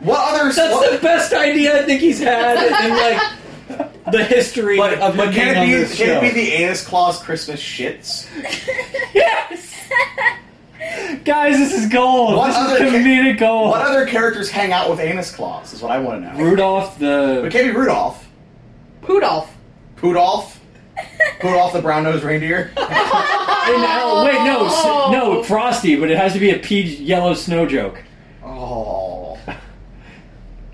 Speaker 5: What other?
Speaker 9: That's the best idea I think he's had in like
Speaker 7: the history
Speaker 9: uh,
Speaker 7: of
Speaker 5: But
Speaker 7: him being
Speaker 5: can
Speaker 7: on
Speaker 5: it be
Speaker 7: this
Speaker 5: can it
Speaker 7: show.
Speaker 5: be the anus claws Christmas shits?
Speaker 7: Guys, this is gold.
Speaker 5: What
Speaker 7: This is
Speaker 5: other cha-
Speaker 7: comedic gold.
Speaker 5: What other characters hang out with anus claws is what I want to know.
Speaker 7: Rudolph the.
Speaker 5: It can't be Rudolph.
Speaker 6: Poodolph.
Speaker 5: Poodolph. Poodolph the brown-nosed reindeer.
Speaker 7: Hey, now- wait, no, s- no, Frosty, but it has to be a peach yellow snow joke.
Speaker 5: Oh.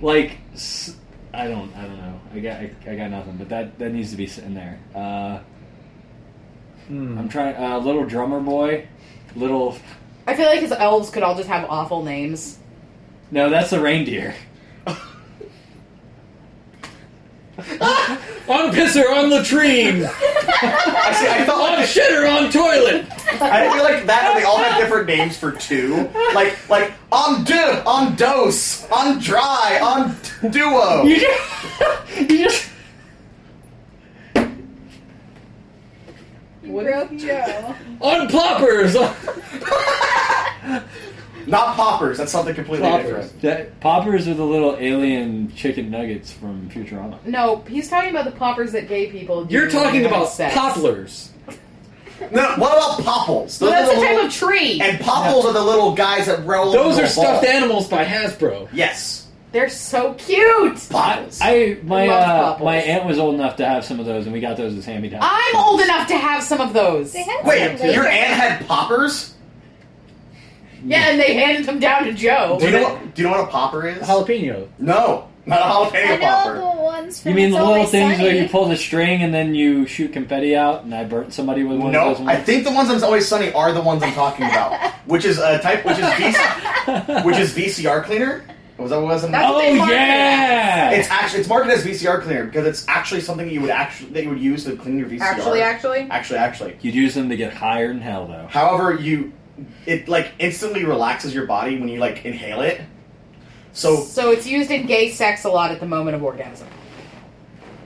Speaker 7: Like, s- I don't, I don't know. I got, I, I got nothing. But that that needs to be in there. Uh, I'm trying. Uh, little drummer boy, little.
Speaker 6: I feel like his elves could all just have awful names.
Speaker 7: No, that's the reindeer. on pisser, on latrine.
Speaker 5: I see, I felt like
Speaker 7: on shitter, on toilet.
Speaker 5: I feel like that they all have different names for two. Like like on do, on dose, on dry, on t- duo.
Speaker 7: You just, you just
Speaker 8: You broke Joe.
Speaker 7: on poppers. on-
Speaker 5: Not poppers. That's something completely
Speaker 7: Poppers. That, poppers are the little alien chicken nuggets from Futurama.
Speaker 6: No, he's talking about the poppers that gay people. do
Speaker 7: You're
Speaker 6: when
Speaker 7: talking
Speaker 6: they're having
Speaker 7: about
Speaker 6: sex.
Speaker 7: poplars.
Speaker 5: different. No, what about popples?
Speaker 6: Well, that's
Speaker 5: are
Speaker 6: a
Speaker 5: the
Speaker 6: type
Speaker 5: little-
Speaker 6: of tree.
Speaker 5: And popples are the little guys that roll.
Speaker 7: Those
Speaker 5: into
Speaker 7: are
Speaker 5: a ball.
Speaker 7: stuffed animals by Hasbro.
Speaker 5: Yes.
Speaker 6: They're so cute.
Speaker 5: Popples.
Speaker 7: I my
Speaker 6: Love
Speaker 7: uh,
Speaker 6: popples.
Speaker 7: my aunt was old enough to have some of those, and we got those as hand me down.
Speaker 6: I'm old enough to have some of those.
Speaker 8: They had
Speaker 5: Wait, your aunt had poppers?
Speaker 6: Yeah, and they handed them down to Joe.
Speaker 5: Do you, know what, do you know what a popper is?
Speaker 7: Jalapeno.
Speaker 5: No, not a
Speaker 8: I
Speaker 5: jalapeno popper.
Speaker 8: know the ones from
Speaker 7: You mean
Speaker 8: It's
Speaker 7: the little
Speaker 8: Always
Speaker 7: things
Speaker 8: Sunny.
Speaker 7: where you pull the string and then you shoot confetti out, and I burnt somebody with one of
Speaker 5: No,
Speaker 7: those.
Speaker 5: I think the ones that's always sunny are the ones I'm talking about, which is a type, which is VC, which is VCR cleaner. Was that what it was?
Speaker 6: That's what they
Speaker 7: Oh,
Speaker 6: market it
Speaker 7: yeah!
Speaker 6: as.
Speaker 5: It's actually it's marketed as VCR cleaner because it's actually something you would actually that you would use to clean your VCR.
Speaker 6: Actually, actually,
Speaker 5: actually, actually.
Speaker 7: You'd use them to get higher than hell, though.
Speaker 5: However, you it like instantly relaxes your body when you like inhale it. So
Speaker 6: so it's used in gay sex a lot at the moment of orgasm.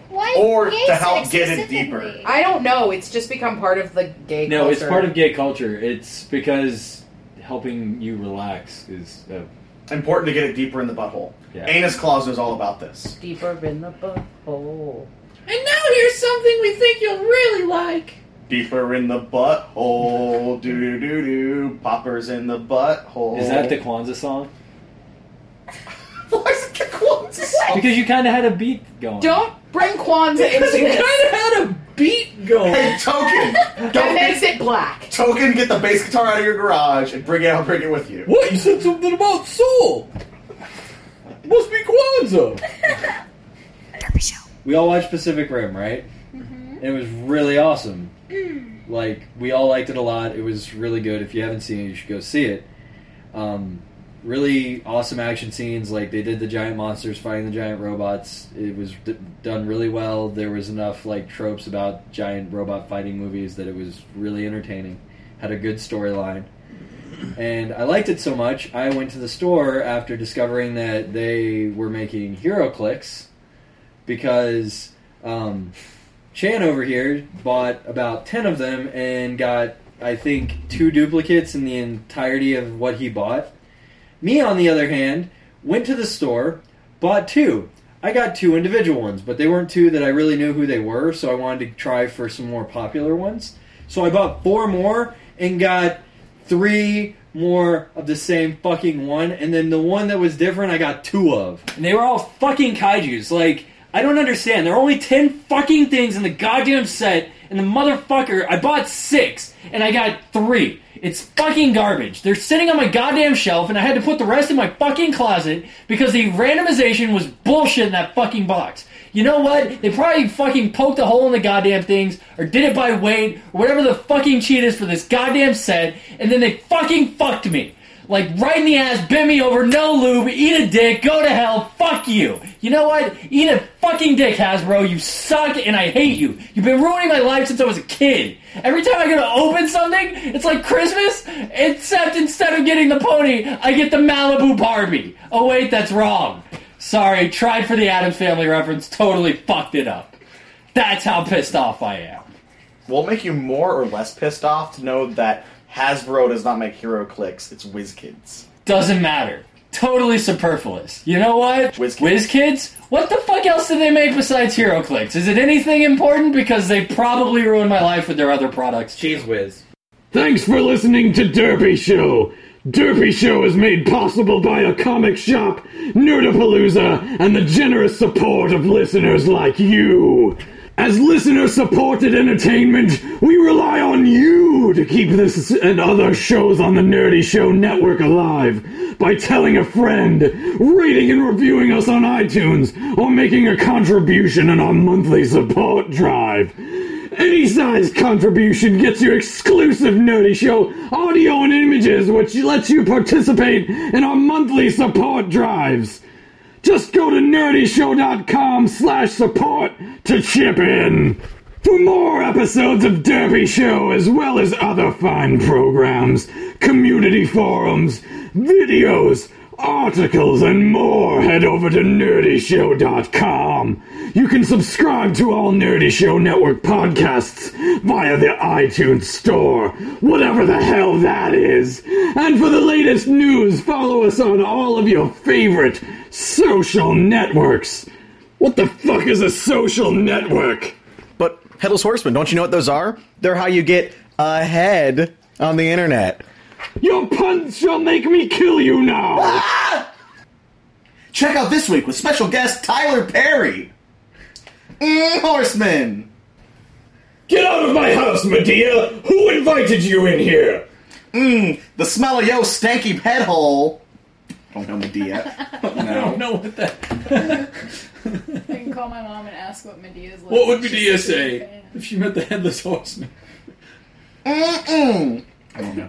Speaker 8: Why
Speaker 5: Or
Speaker 8: gay
Speaker 5: to help
Speaker 8: sex
Speaker 5: get it
Speaker 8: specifically?
Speaker 6: I don't know. It's just become part of the gay.
Speaker 7: No, it's
Speaker 6: culture.
Speaker 7: part of gay culture. It's because helping you relax is. Uh,
Speaker 5: important to get it deeper in the butthole.
Speaker 7: Yeah.
Speaker 5: Anus claws knows all about this.
Speaker 6: deeper in the butthole.
Speaker 12: And now here's something we think you'll really like.
Speaker 5: Deeper in the butthole, doo doo doo doo. Poppers in the butthole.
Speaker 7: is that the Kwanzaa song?
Speaker 5: Why is it the Kwanzaa song?
Speaker 7: Because you kind of had a beat going.
Speaker 6: Don't bring Kwanzaa into
Speaker 7: Because you
Speaker 6: this.
Speaker 7: kind of had a beat going.
Speaker 5: Hey, Token!
Speaker 6: That
Speaker 5: Don't
Speaker 6: makes
Speaker 5: get,
Speaker 6: it black.
Speaker 5: Token, get the bass guitar out of your garage and bring it out, bring it with you.
Speaker 7: What? You said something about soul. Must be Kwanzaa.
Speaker 9: We all watched Pacific Rim, right? And it was really awesome. Like we all liked it a lot. It was really good. If you haven't seen it, you should go see it. Um, really awesome action scenes. Like they did the giant monsters fighting the giant robots. It was d- done really well. There was enough like tropes about giant robot fighting movies that it was really entertaining. Had a good storyline. And I liked it so much, I went to the store after discovering that they were making Hero Clicks because um, Chan over here bought about 10 of them and got, I think, two duplicates in the entirety of what he bought. Me, on the other hand, went to the store, bought two. I got two individual ones, but they weren't two that I really knew who they were, so I wanted to try for some more popular ones. So I bought four more and got three more of the same fucking one, and then the one that was different, I got two of.
Speaker 7: And they were all fucking kaiju's. Like, I don't understand. There are only ten fucking things in the goddamn set, and the motherfucker, I bought six, and I got three. It's fucking garbage. They're sitting on my goddamn shelf, and I had to put the rest in my fucking closet because the randomization was bullshit in that fucking box. You know what? They probably fucking poked a hole in the goddamn things, or did it by weight, or whatever the fucking cheat is for this goddamn set, and then they fucking fucked me. Like right in the ass, bend me over, no lube, eat a dick, go to hell, fuck you. You know what? Eat a fucking dick, Hasbro. You suck, and I hate you. You've been ruining my life since I was a kid. Every time I go to open something, it's like Christmas, except instead of getting the pony, I get the Malibu Barbie. Oh wait, that's wrong. Sorry, tried for the Adams Family reference, totally fucked it up. That's how pissed off I am.
Speaker 5: Will it make you more or less pissed off to know that Hasbro does not make Hero Clicks, it's WizKids.
Speaker 7: Doesn't matter.
Speaker 13: totally superfluous. You know what? WizKids? Kids? What the fuck else do they make besides Hero Clicks? Is it anything important? Because they probably ruined my life with their other products. Cheese Whiz.
Speaker 10: Thanks for listening to Derpy Show. Derpy Show is made possible by a comic shop, Nerdapalooza, and the generous support of listeners like you. As listener supported entertainment, we rely on you to keep this and other shows on the Nerdy Show network alive by telling a friend, rating and reviewing us on iTunes, or making a contribution in our monthly support drive. Any size contribution gets you exclusive Nerdy Show audio and images, which lets you participate in our monthly support drives. Just go to nerdyshow.com slash support to chip in. For more episodes of Derby Show, as well as other fine programs, community forums, videos, articles, and more, head over to nerdyshow.com. You can subscribe to all Nerdy Show Network podcasts via the iTunes Store, whatever the hell that is. And for the latest news, follow us on all of your favorite social networks. What the fuck is a social network?
Speaker 5: But Headless Horseman, don't you know what those are? They're how you get ahead on the internet.
Speaker 10: Your puns shall make me kill you now.
Speaker 5: Check out this week with special guest Tyler Perry. Mm, horseman.
Speaker 10: Get out of my house, Medea. Who invited you in here?
Speaker 5: Mmm, the smell of yo stanky pet hole. I don't know Medea. no.
Speaker 7: No, what the?
Speaker 8: I can call my mom and ask what Medea's like.
Speaker 7: What would Medea say if she met the headless horseman?
Speaker 5: Mm-mm.
Speaker 7: I don't know.